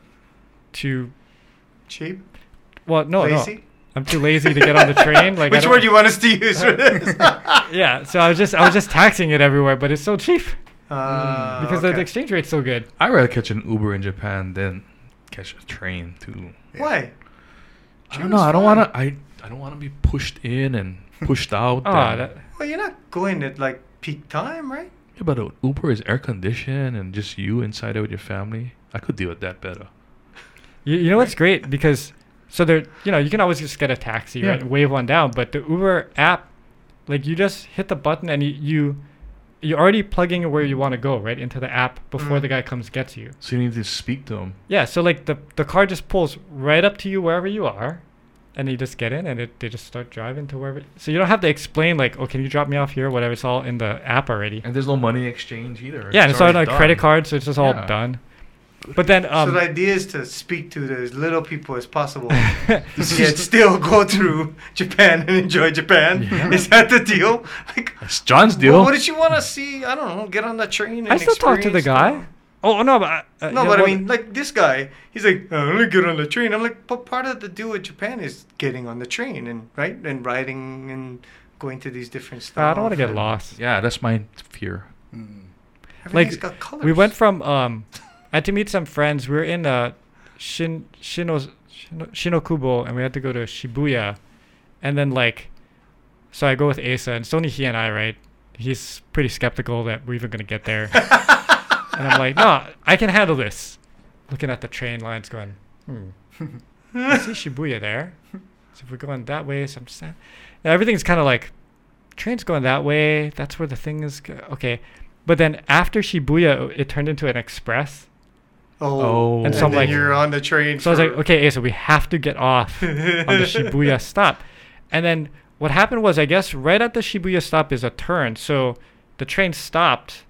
S1: too
S2: Cheap?
S1: well no
S2: lazy?
S1: no I'm too lazy to get on the train like I
S2: Which
S1: don't-
S2: word do you want us to use for this?
S1: yeah so I was just I was just taxing it everywhere but it's so cheap
S5: Oh,
S2: Uh,
S1: Mm, because the, the
S2: okay.
S1: exchange rate's so good
S4: I'd rather catch an Uber in Japan than catch a train to.
S2: Why?
S4: I
S2: Sure,
S4: don't know.
S2: it's
S4: I don't
S2: fine.
S4: want to. I I don't want to be pushed in and pushed out.
S1: oh
S4: and-
S1: that,
S2: Well, you're not going at like peak time, right?
S4: Yeah, but an Uber is air conditioned and just you inside there with your family. I could deal with that better.
S1: you, you know what's great because so there you know you can always just get a taxi
S4: Yeah.
S1: right wave one down but the Uber app like you just hit the button and you, you you're already plugging in where you want to go right into the app before
S2: Mm.
S1: the guy comes gets you
S4: So you need to speak to them.
S1: yeah so like the the car just pulls right up to you wherever you are and you just get in and it, they just start driving to wherever. So you don't have to explain like, oh, can you drop me off here? Whatever. It's all in the app already.
S4: And there's no money exchange either.
S1: yeah, and it's all
S4: already
S1: like
S4: done.
S1: credit card, so it's just all
S4: Yeah.
S1: done. But then,
S2: so
S1: um,
S2: the idea is to speak to as little people as possible, yet still go through Japan and enjoy Japan. Is that the deal? Like,
S4: It's John's
S2: Well,
S4: deal.
S2: what did you want to see? I don't know. Get on that train. And
S1: I still talk to the
S2: experience
S1: guy. Oh no, but I- uh,
S2: No,
S1: you know
S2: but I
S1: what?
S2: mean, like this guy, he's like, I'm gonna get on the train. I'm like, but part of the deal with Japan is getting on the train and right and riding and going to these different stuff.
S1: I don't want to get lost.
S4: yeah, that's my fear.
S5: Mm.
S2: Everything's
S1: Like,
S2: got colors.
S1: We went from um, I had to meet some friends. We were in uh, Shin Shino, Shino Shinokubo, and we had to go to Shibuya, and then like, so I go with Asa, and it's only he and I, right? He's pretty skeptical that we're even gonna get there, and I'm like, no, I can handle this. Looking at the train lines, going, hmm, I see Shibuya there. So if we're going that way, so I'm just now everything's kind of like, train's going that way. That's where the thing is. Go- okay. But then after Shibuya, it turned into an express.
S2: Oh,
S4: Oh.
S2: and,
S1: And so I'm
S2: then
S1: like-
S2: you're on the train.
S1: So I was like,
S2: for-
S1: okay, so we have to get off on the Shibuya stop. And then what happened was, I guess, right at the Shibuya stop is a turn. So the train stopped,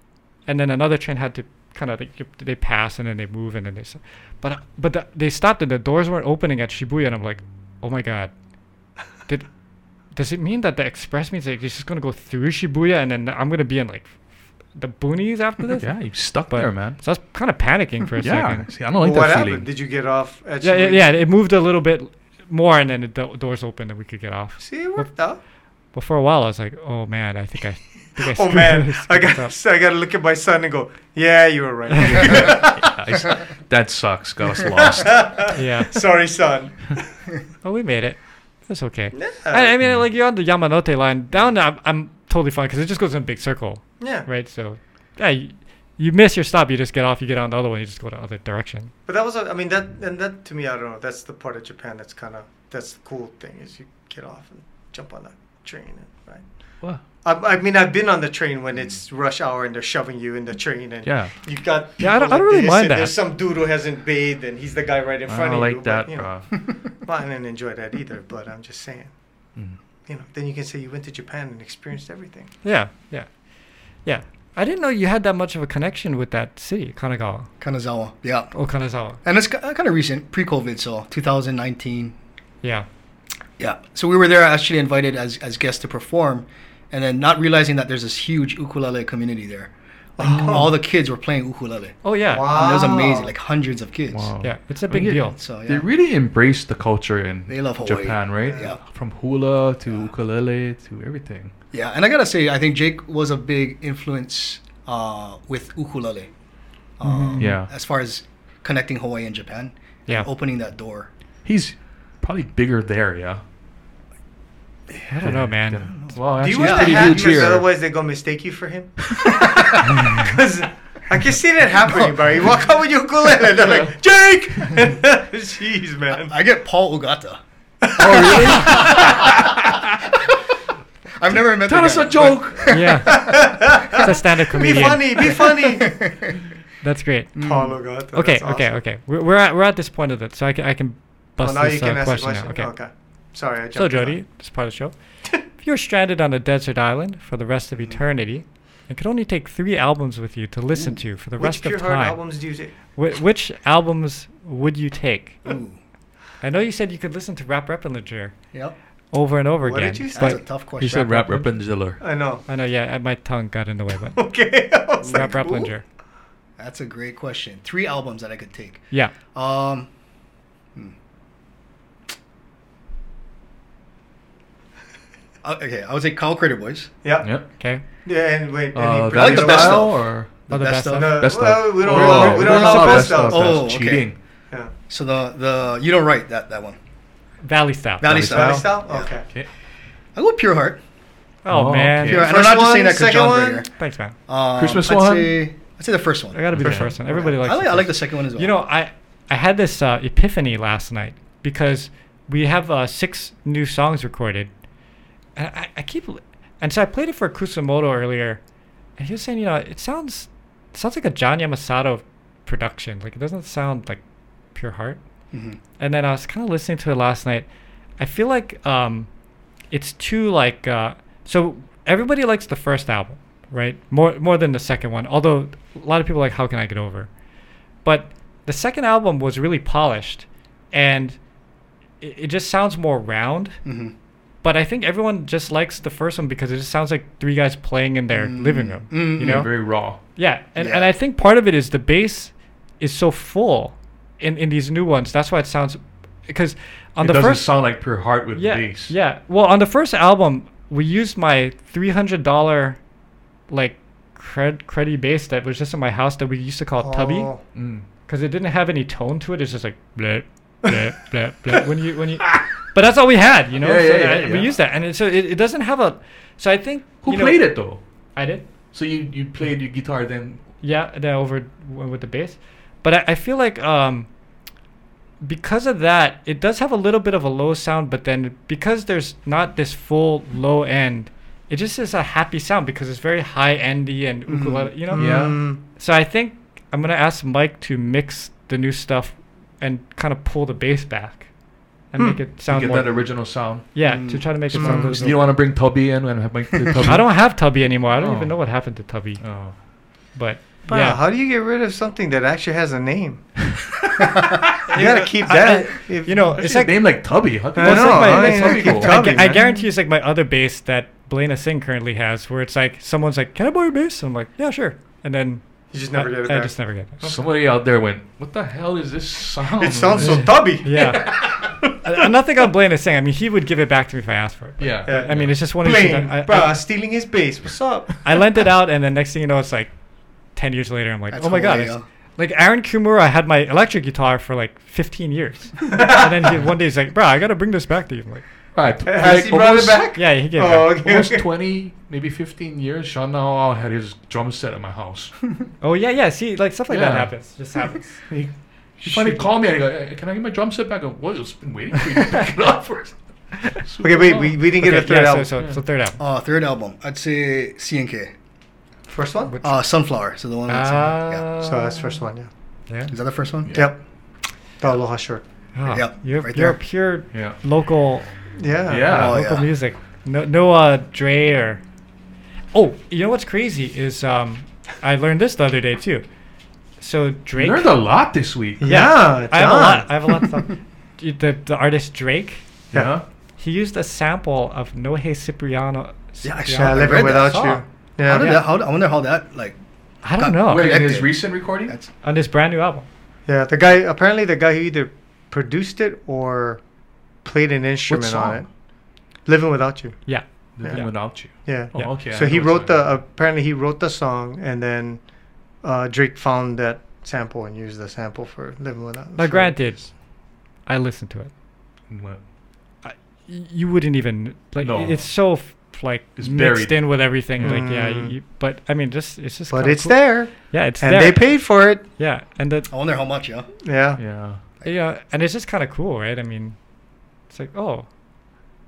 S1: and then another train had to kind of like, they pass and then they move and then they. stop. But but the, they stopped and the doors weren't opening at Shibuya, and I'm like, oh my god, did does it mean that the express means like it's just gonna go through Shibuya and then I'm gonna be in like the boonies after this?
S4: Yeah, you stuck
S1: But-
S4: there, man.
S1: So I was kind of panicking for a
S4: Yeah,
S1: second.
S4: see, I don't like
S2: what
S4: that
S2: happened?
S4: feeling.
S2: Did you get off? At
S1: Yeah, yeah,
S2: Shibuya?
S1: yeah, it moved a little bit more, and then the do- doors opened, and we could get off.
S2: See, it worked out.
S1: But for a while, I was like, "Oh man, I think I, think I
S2: Oh
S1: screwed-
S2: man, I
S1: screwed this up."
S2: got I got to look at my son and go, yeah, you were right.
S4: Yeah, I s- that sucks. Got us lost.
S1: yeah.
S2: Sorry, son.
S1: Oh, we made it. It's okay. I, I mean, like you're on the Yamanote line down. I'm, I'm totally fine because it just goes in a big circle,
S2: Yeah,
S1: right? So, yeah, you, you miss your stop, you just get off, you get on the other one, you just go the other direction.
S2: but that was a, I mean that and that to me I don't know that's the part of Japan that's kind of that's the cool thing is you get off and jump on that train and right.
S4: What?
S2: I, I mean I've been on the train when it's rush hour and they're shoving you in the train and
S4: Yeah.
S2: you got
S1: Mm. Yeah, I don't-
S2: people
S1: I don't really
S2: this
S1: mind
S2: and
S1: that.
S2: There's some dude who hasn't bathed and he's the guy right in
S4: I
S2: front
S4: don't
S2: of
S4: like
S2: you.
S4: that,
S2: but, you know,
S4: bro.
S2: Well, I didn't enjoy that either, but I'm just saying.
S1: Mm.
S4: Mhm.
S2: You know, then you can say you went to Japan and experienced everything.
S1: Yeah, yeah, yeah. I didn't know you had that much of a connection with that city, Kanagawa,
S5: Kanazawa. Yeah.
S1: Okanazawa.
S5: And it's kind of recent, pre-COVID, so 2019.
S1: Yeah.
S5: Yeah. So we were there actually invited as, as guests to perform and then not realizing that there's this huge ukulele community there. Like, All the kids were playing ukulele.
S1: Oh yeah.
S5: And it was
S2: Wow.
S5: amazing, like hundreds of kids.
S4: Wow.
S1: Yeah, it's a
S4: I
S1: big
S4: mean,
S1: deal.
S5: So yeah.
S4: They really embrace the culture in
S5: They love Hawaii.
S4: Japan, right?
S5: Yeah.
S4: From hula to ukulele to everything.
S5: Yeah, and I gotta say, I think Jake was a big influence uh, with ukulele. Um,
S4: Yeah.
S5: As far as connecting Hawaii and Japan,
S1: Yeah.
S5: and opening that door.
S4: He's probably bigger there, yeah.
S1: I don't know, man.
S4: Well,
S2: Do
S4: actually,
S2: you
S4: he's
S2: wear the
S4: pretty
S2: hat
S4: huge
S2: because
S4: here.
S2: otherwise they're gonna mistake you for him? Because I can see that happening, bro. You walk out with your ukulele and they're like, Jake! Jeez, man.
S5: I get Paul Ugata.
S4: oh, really?
S5: I've never met.
S4: Tell
S5: the
S4: us
S5: guy,
S4: a joke.
S1: yeah. It's a stand-up
S2: Be
S1: comedian.
S2: funny, be funny.
S1: That's great.
S2: Paul Ogata.
S1: Okay, okay, okay. We're, we're at we're at this point of it, so I can I can
S2: Well,
S1: bust
S2: now you
S1: this
S2: can
S1: uh,
S2: ask
S1: question,
S2: a question.
S1: now. Okay.
S2: okay. Sorry, I jumped
S1: So
S2: the gun.
S1: Jody, this is part of the show. if you're stranded on a desert island for the rest of
S2: Mm-hmm.
S1: eternity, and could only take three albums with you to listen to for the
S2: Which
S1: rest
S2: Pure
S1: of
S2: Heart
S1: time,
S2: albums do you take?
S1: whi- which albums would you take?
S5: but- Ooh,
S1: I know you said you could listen to Rap Replinger
S5: yep.
S1: over and over
S2: What
S1: again.
S2: did you say?
S5: That's a
S1: but-
S5: tough question.
S4: He said rap
S5: Rap-
S4: Rappenziller.
S2: I know.
S1: I know, yeah, I- my tongue got in the way, but
S2: Okay. I was
S1: Rap
S2: like, ooh.
S1: Replinger.
S5: That's a great question. Three albums that I could take.
S1: Yeah.
S5: Um, hmm. Uh, okay, I would say Cow Crater Boys.
S2: Yeah.
S4: Yep.
S1: Okay.
S2: Yeah, and wait.
S4: Uh,
S2: and he
S5: I like
S4: Valley
S5: the
S2: brings
S5: best
S4: Style
S5: stuff.
S4: or
S1: Oh, the best of.
S2: No,
S4: best
S2: well,
S4: of?
S2: we don't
S4: Oh,
S2: know. We
S4: we're
S2: don't
S4: not
S2: know
S4: allowed
S2: best of.
S4: of.
S5: Oh,
S4: That's
S5: okay.
S4: cheating.
S2: Yeah.
S5: So the the you don't write that that one.
S1: Valley Style.
S5: Valley Style.
S2: Valley Style?
S5: Yeah.
S2: Okay.
S4: Okay.
S5: I go Pure Heart.
S1: Oh,
S4: Oh,
S1: man.
S4: okay.
S5: Pure, and I'm
S2: First
S5: not just
S2: one,
S5: saying that because
S2: second
S5: John
S2: one?
S5: Berger.
S1: Thanks, man.
S5: Um,
S4: Christmas
S5: I'd
S4: one?
S5: Say, I'd say the first one.
S1: I gotta be the
S4: Okay.
S1: first one. Everybody likes.
S5: I like,
S1: the
S5: I like the
S1: first.
S5: second one as well.
S1: You know, I I had this uh, epiphany last night because we have uh, six new songs recorded, and I, I keep l- and so I played it for Kusumoto earlier, and he was saying, you know, it sounds it sounds like a John Yamasato production. Like it doesn't sound like Pure Heart.
S5: Mhm.
S1: Mm-hmm. And then I was kind of listening to it last night, I feel like um, it's too like uh, so everybody likes the first album, right? More more than the second one. Although a lot of people like How Can I Get Over, but the second album was really polished, and it, it just sounds more round.
S5: Mhm.
S1: But I think everyone just likes the first one because it just sounds like three guys playing in their living room. You know,
S4: very raw.
S1: yeah, and, and
S5: Yeah.
S1: I think part of it is the bass is so full in, in these new ones. That's why it sounds because on
S4: it
S1: the
S4: doesn't
S1: first
S4: sound like pure heart with
S1: yeah
S4: bass.
S1: yeah well on the first album we used my three hundred dollar like cred creddy bass that was just in my house that we used to call tubby
S2: Oh.
S4: Mm.
S1: because it didn't have any tone to it. It's just like bleh, bleh, bleh, bleh. When you when you, but that's all we had, you know.
S4: Yeah,
S1: so
S4: yeah,
S1: that-
S4: yeah,
S1: We
S4: yeah.
S1: used that, and it, so it, it doesn't have a. So I think
S4: Who
S1: you know-
S4: played it though?
S1: I did.
S4: So you, you played your guitar then?
S1: Yeah, then over w- with the bass, but I, I feel like um, because of that, it does have a little bit of a low sound. But then because there's not this full low end, it just is a happy sound because it's very high endy and ukulele, you know.
S4: Yeah.
S2: Mm.
S1: So I think I'm gonna ask Mike to mix the new stuff and kind of pull the bass back and make it
S4: To
S1: sound
S4: get
S1: more.
S4: that original sound.
S1: yeah, to try to make it sound. a
S4: So
S1: little
S4: you don't want to bring Toby in and have my play Toby.
S1: I don't have Tubby anymore. I don't
S4: Oh.
S1: even know what happened to Tubby.
S4: Oh.
S1: But
S2: Wow,
S1: yeah,
S2: how do you get rid of something that actually has a name? you gotta keep that. if,
S1: you know,
S4: It's
S1: it's
S4: like
S1: like
S4: name like Tubby. How
S2: I
S4: people
S1: it's
S2: know.
S1: like my-
S2: I
S1: it's
S2: mean,
S1: like
S2: I keep
S4: people.
S1: I,
S2: Tubby,
S1: gu- I
S2: man.
S1: guarantee it's like my other bass that Blaina Singh currently has, where it's like someone's like, "Can I borrow your bass?" And I'm like, "Yeah, sure," and then
S2: You just never
S1: I,
S2: get it
S1: I
S2: back.
S1: just never get it.
S4: Somebody out there went, "What the hell is this sound?"
S2: It sounds so tubby.
S1: Yeah, I, am not think I'm uh, Blaina Singh. I mean, he would give it back to me if I asked for it.
S4: Yeah.
S2: Yeah.
S1: I mean, it's just one of these.
S2: Blaine,
S1: things that I,
S2: bruh,
S1: I,
S2: stealing his bass. What's up?
S1: I lent it out, and then next thing you know, it's like ten years later. I'm like,
S5: That's
S1: oh my god,
S5: hilarious.
S1: it's- like Aaron Kumura had my electric guitar for like 15 years, and then he, one day he's like, bro, I gotta bring this back to you. I'm like,
S4: Right.
S2: Has
S4: like
S2: he brought it
S4: almost-
S2: back?
S1: yeah, he gave it.
S2: Oh,
S1: back.
S2: okay.
S4: Almost
S2: okay.
S4: 20, maybe 15 years, Sean Nawal had his drum set at my house.
S1: Oh yeah, yeah. See, like stuff like that
S4: Yeah.
S1: happens. Just happens.
S4: He, he finally called me and he go, "Hey, Can I get my drum set back? I go, What? It's been waiting for you to pick it up first.
S2: Okay, wait, we, we didn't
S1: Okay,
S2: get a third
S1: yeah,
S2: album.
S1: So, so, so third album.
S5: Uh, third album, I'd say CNK.
S2: First one?
S5: Uh, Sunflower. So the one. That's, yeah.
S1: Ah,
S2: So that's first one, yeah.
S1: yeah.
S5: Is that the first one?
S4: Yeah.
S2: Yep. The Aloha shirt.
S1: Ah,
S5: Yep,
S1: You're,
S5: right
S1: you're a
S5: there.
S1: pure
S4: Yeah.
S1: local
S2: Yeah.
S4: Yeah.
S5: Oh,
S1: local
S5: yeah.
S1: music. No, no uh, Dre or. Oh, you know what's crazy is um, I learned this the other day too. So Drake.
S4: Learned a lot this week. Yeah.
S2: Yeah,
S1: I have a
S2: John.
S1: lot. I have a lot of stuff. Dude, the the artist Drake,
S4: yeah.
S1: he used a sample of Nohe Cipriano.
S5: Yeah, I
S1: Cipriano.
S5: saw
S2: Yeah, I
S5: I
S2: live
S5: read
S2: it
S5: that
S2: without
S5: song.
S2: you.
S5: How did
S2: Yeah.
S5: that? How, I wonder how that like.
S1: I don't
S5: God,
S1: know.
S4: Wait, in his
S5: Connected.
S4: recent recording?
S5: That's
S1: On this brand new album.
S2: Yeah, the guy apparently the guy who either produced it or played an
S4: what
S2: instrument
S4: song?
S2: on it. Living without you.
S1: Yeah.
S4: Living
S1: Yeah.
S4: Without You.
S2: Yeah.
S4: Oh,
S1: Yeah.
S4: okay. I
S2: so
S4: know
S2: he
S4: what
S2: wrote
S4: song.
S2: the apparently he wrote the song and then uh, Drake found that sample and used the sample for Living Without.
S1: Now,
S2: for-
S1: granted, I listened to it.
S2: uh,
S4: What?
S1: y- you wouldn't even like
S4: No.
S1: i- it's so f- like
S4: It's
S1: mixed
S4: buried.
S1: in with everything like yeah
S2: Mm.
S1: you, but i mean just it's just
S2: But
S1: kinda
S2: it's
S1: cool.
S2: there,
S1: yeah it's
S2: and
S1: there
S2: they paid for it.
S1: yeah and that
S5: I wonder how much, yeah.
S2: Yeah.
S4: Yeah.
S1: yeah and it's just kind of cool right i mean it's like oh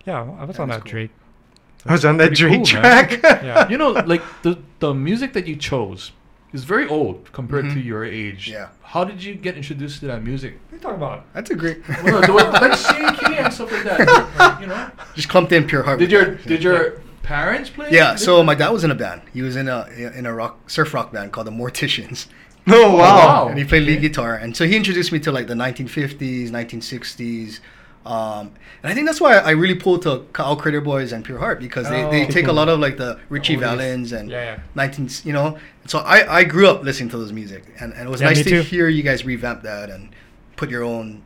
S1: yeah i was
S5: That
S1: on
S5: is
S1: that
S5: cool.
S1: drake
S2: I was on that
S4: Pretty cool,
S2: Drake
S4: man.
S2: track.
S1: yeah
S4: you know, like the the music that you chose is very old compared to your age.
S5: Mm-hmm. Yeah.
S4: How did you get introduced to that music?
S1: what are you talking about
S5: That's a great.
S4: Well, the way- like CK and stuff like that. You know.
S5: Just clumped in pure heart.
S4: Did
S5: with
S4: your
S5: that.
S4: did your parents play?
S5: Yeah, so my dad was in a band. He was in a in a rock surf rock band called the Morticians,
S2: oh wow.
S4: wow.
S5: and he played lead guitar. And so he introduced me to like the 1950s, 1960s, um, and I think that's why I really pull to Kyle Critter Boys and Pure Heart because they, they
S1: Oh.
S5: take a lot of like the Richie
S1: Oldies.
S5: Valens and
S1: Yeah, yeah.
S5: 19s, you know. So I, I grew up listening to those music, and, and it was
S1: Yeah, me
S5: nice to
S1: too.
S5: hear you guys revamp that and put your own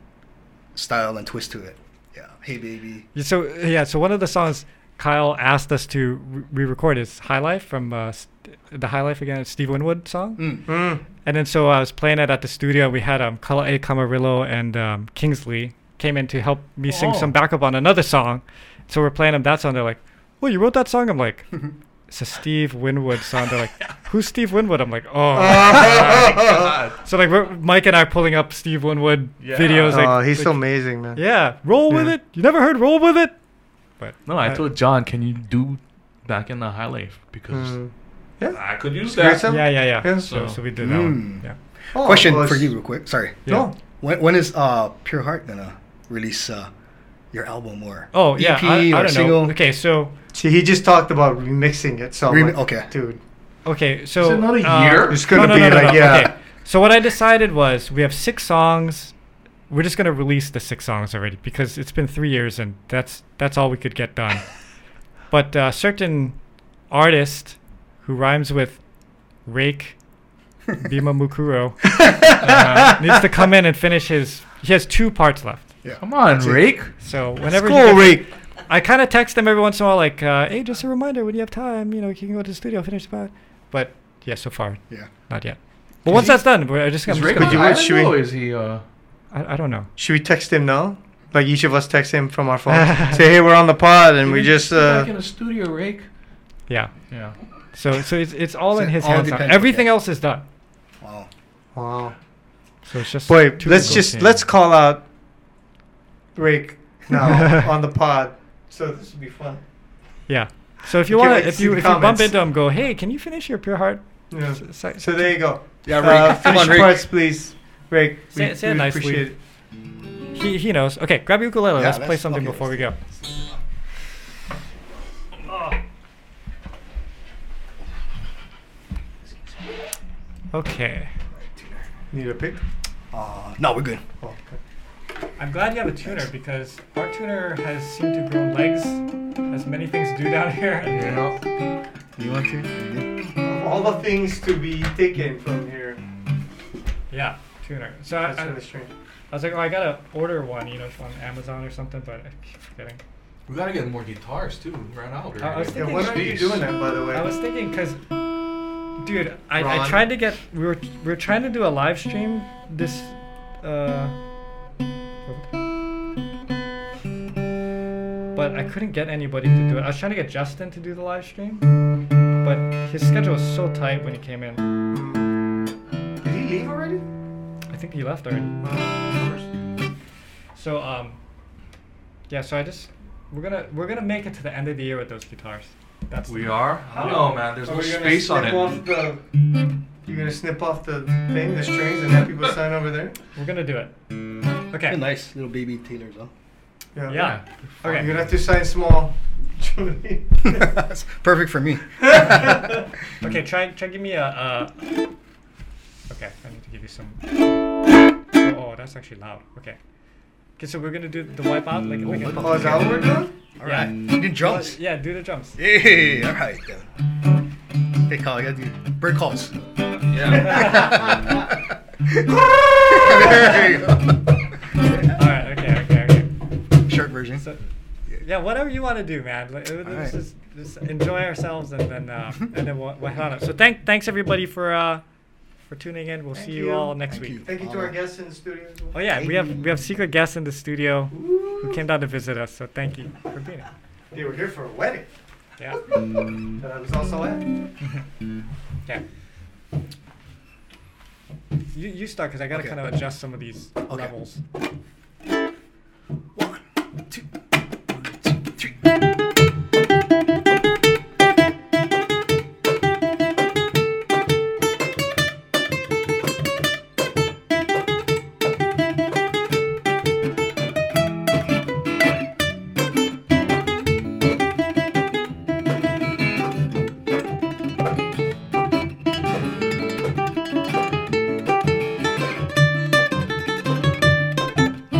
S5: style and twist to it. Yeah, hey baby.
S1: Yeah, so yeah so one of the songs kyle asked us to re- re-record is high life from uh, St- the high life again steve winwood song
S5: Mm.
S2: Mm.
S1: And then so I was playing it at the studio. We had um Kala'e Camarillo and um, Kingsley came in to help me sing
S4: Oh.
S1: some backup on another song. So we're playing them that song. They're like, "Well, you wrote that song." I'm like, "It's a Steve Winwood song." They're like, "Who's Steve Winwood?" I'm like, "Oh."
S4: God.
S1: so like we're, Mike and I are pulling up Steve Winwood
S4: Yeah.
S1: videos. Like,
S2: oh, he's
S1: like,
S2: so amazing, man.
S1: yeah, roll with
S2: Yeah.
S1: it. You never heard roll with it?
S4: No, I
S1: Uh,
S4: told John, can you do back in the high life because
S2: Mm.
S4: I could use
S2: Great
S4: that.
S2: song.
S1: Yeah, yeah, yeah.
S2: Yeah.
S1: So, so we did that one.
S4: Hmm.
S5: Mm.
S1: Yeah.
S2: Oh,
S5: Question
S2: well,
S5: for
S2: it's-
S5: you, real quick. Sorry.
S1: Yeah.
S2: No.
S5: When, when is uh, Pure Heart gonna release uh, your album or
S1: Oh yeah,
S2: E
S5: EP
S1: I, I
S5: or
S1: don't
S5: single.
S1: know. Okay, so
S2: See, he just talked about remixing it. So, I'm
S5: Remi-
S2: like,
S5: okay.
S2: dude,
S1: okay, so
S4: it not a
S1: uh,
S4: year?
S2: It's gonna be like, yeah.
S1: So what I decided was we have six songs. We're just gonna release the six songs already because it's been three years and that's that's all we could get done. but uh, certain artist who rhymes with rake, Bima Mukuro, uh, needs to come in and finish his. He has two parts left.
S4: Come on,
S5: it.
S4: Rake.
S1: So whenever
S2: Skull
S1: you guys-
S2: Rake.
S1: I kind of text them every once in a while, like, uh, "Hey, just a reminder when you have time, you know, you can go to the studio, finish the pod." But yeah, so far,
S5: Yeah.
S1: not yet. But once that's done, we're I just
S4: Is
S1: gonna.
S4: Rake
S2: But
S4: on
S2: you
S4: you
S2: would-
S4: island
S2: should we-
S4: though, or is he? Uh,
S1: I, I don't know.
S2: Should we text him now? Like each of us text him from our phone. Say, hey, we're on the pod, and we
S4: Maybe
S2: just
S4: sit back
S2: uh,
S4: in the studio, Rake.
S1: Yeah.
S4: Yeah.
S1: So so it's it's all
S5: So
S1: in his
S5: all
S1: hands. Now.
S5: depends,
S1: Everything
S5: okay.
S1: else is done.
S5: Wow.
S2: wow.
S1: So it's just.
S2: Boy,
S1: two
S2: let's
S1: people
S2: just
S1: seeing.
S2: let's call out Rake now on the pod. So this would be fun.
S1: Yeah. So if you
S2: I can't
S1: want
S2: wait
S1: to,
S2: to
S1: if
S2: see
S1: you
S2: the
S1: if you bump
S2: comments.
S1: into him, go, hey, can you finish your pure heart?
S2: Yeah.
S1: So,
S2: So there you go.
S5: Yeah,
S2: Uh,
S5: Rick. Come on,
S2: finish
S5: Rick.
S2: parts, please. Rake, we,
S1: Say- say it
S2: we
S1: nicely.
S2: appreciate it.
S1: he he knows. Okay, grab your ukulele.
S5: Yeah,
S1: let's play
S5: let's-
S1: something
S5: okay,
S1: before we go. Okay.
S2: Need a pick?
S5: Uh, no, we're good.
S2: Oh, okay.
S1: I'm glad you have a tuner because our tuner has seemed to grow legs, as many things do down here.
S5: You know, you want to?
S2: Of all the things to be taken from here,
S1: Yeah, tuner. So I,
S2: that's
S1: I,
S2: for the stream.
S1: Uh, I was like, oh, I gotta order one, you know, from Amazon or something, but I keep forgetting.
S4: We gotta get more guitars too. We ran out.
S1: I was
S4: already.
S2: Yeah,
S1: thinking-
S2: when are you doing that, by the way?
S1: I was thinking, cause, dude, I, I
S2: Ron.
S1: tried to get we were we were trying to do a live stream this. uh But I couldn't get anybody to do it. I was trying to get Justin to do the live stream, but his schedule was so tight when he came in.
S2: Did he leave already?
S1: I think he left already. So um, yeah. So I just we're gonna we're gonna make it to the end of the year with those guitars. That's
S4: We are. No, man. There's
S2: Are
S4: no
S2: we gonna
S4: space on
S2: snip
S4: it.
S2: Off the, you're gonna snip off the thing, the strings, and have people sign over there.
S1: We're gonna do it. Okay.
S5: Nice little baby Taylors, huh?
S1: Yeah.
S2: You're gonna
S1: Okay.
S2: have to sign small. Jody.
S5: That's perfect for me.
S1: Okay. Try. Try. Give me a. Uh, okay. I need to give you some. Oh, that's actually loud. Okay. Okay. So we're gonna do the wipeout. Like. like a,
S2: oh, is that what we're doing?
S5: All
S1: Yeah.
S5: right. You did drums.
S1: yeah. Do the drums.
S5: Hey, all right. Then. Hey, Carl, you gotta do bird calls.
S4: Yeah.
S5: there you go.
S1: All right. Okay. Okay. Okay.
S5: Short version.
S1: So, yeah. Whatever you want to do, man. Like, uh, let's
S5: right.
S1: just, just enjoy ourselves and then uh, and then we'll, we'll head on up. So thank thanks everybody for uh for tuning in. We'll
S2: Thank
S1: see you,
S2: you.
S1: all next
S5: Thank
S1: week.
S5: you.
S2: Thank you to our guests in the studio. as well.
S1: Oh yeah, we have we have secret guests in the studio who came down to visit us. So thank you for being here.
S2: They were here for a wedding
S1: Yeah.
S2: that I was also at.
S1: Yeah. You, you start because I gotta
S5: Okay.
S1: kind of adjust some of these levels.
S5: One, two, one, two, three.
S6: Thank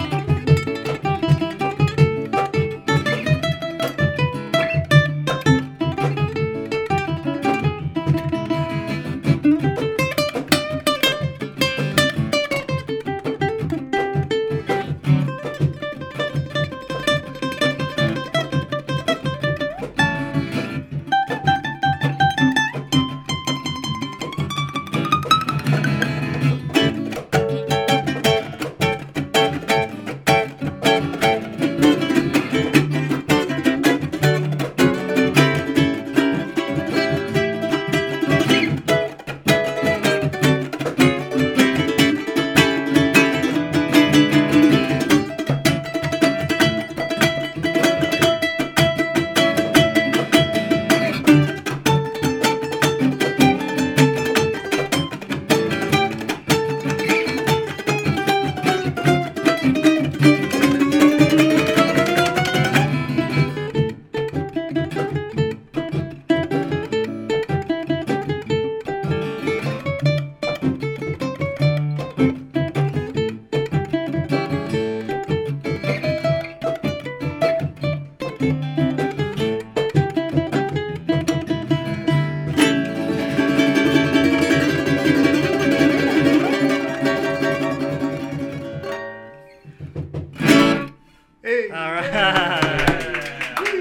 S1: uh,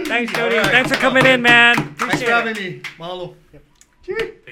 S1: Thanks, Jody.
S5: All right.
S1: Thanks for coming in, man. Appreciate
S5: Thanks for
S1: it.
S5: having me. Mahalo.
S2: Cheers.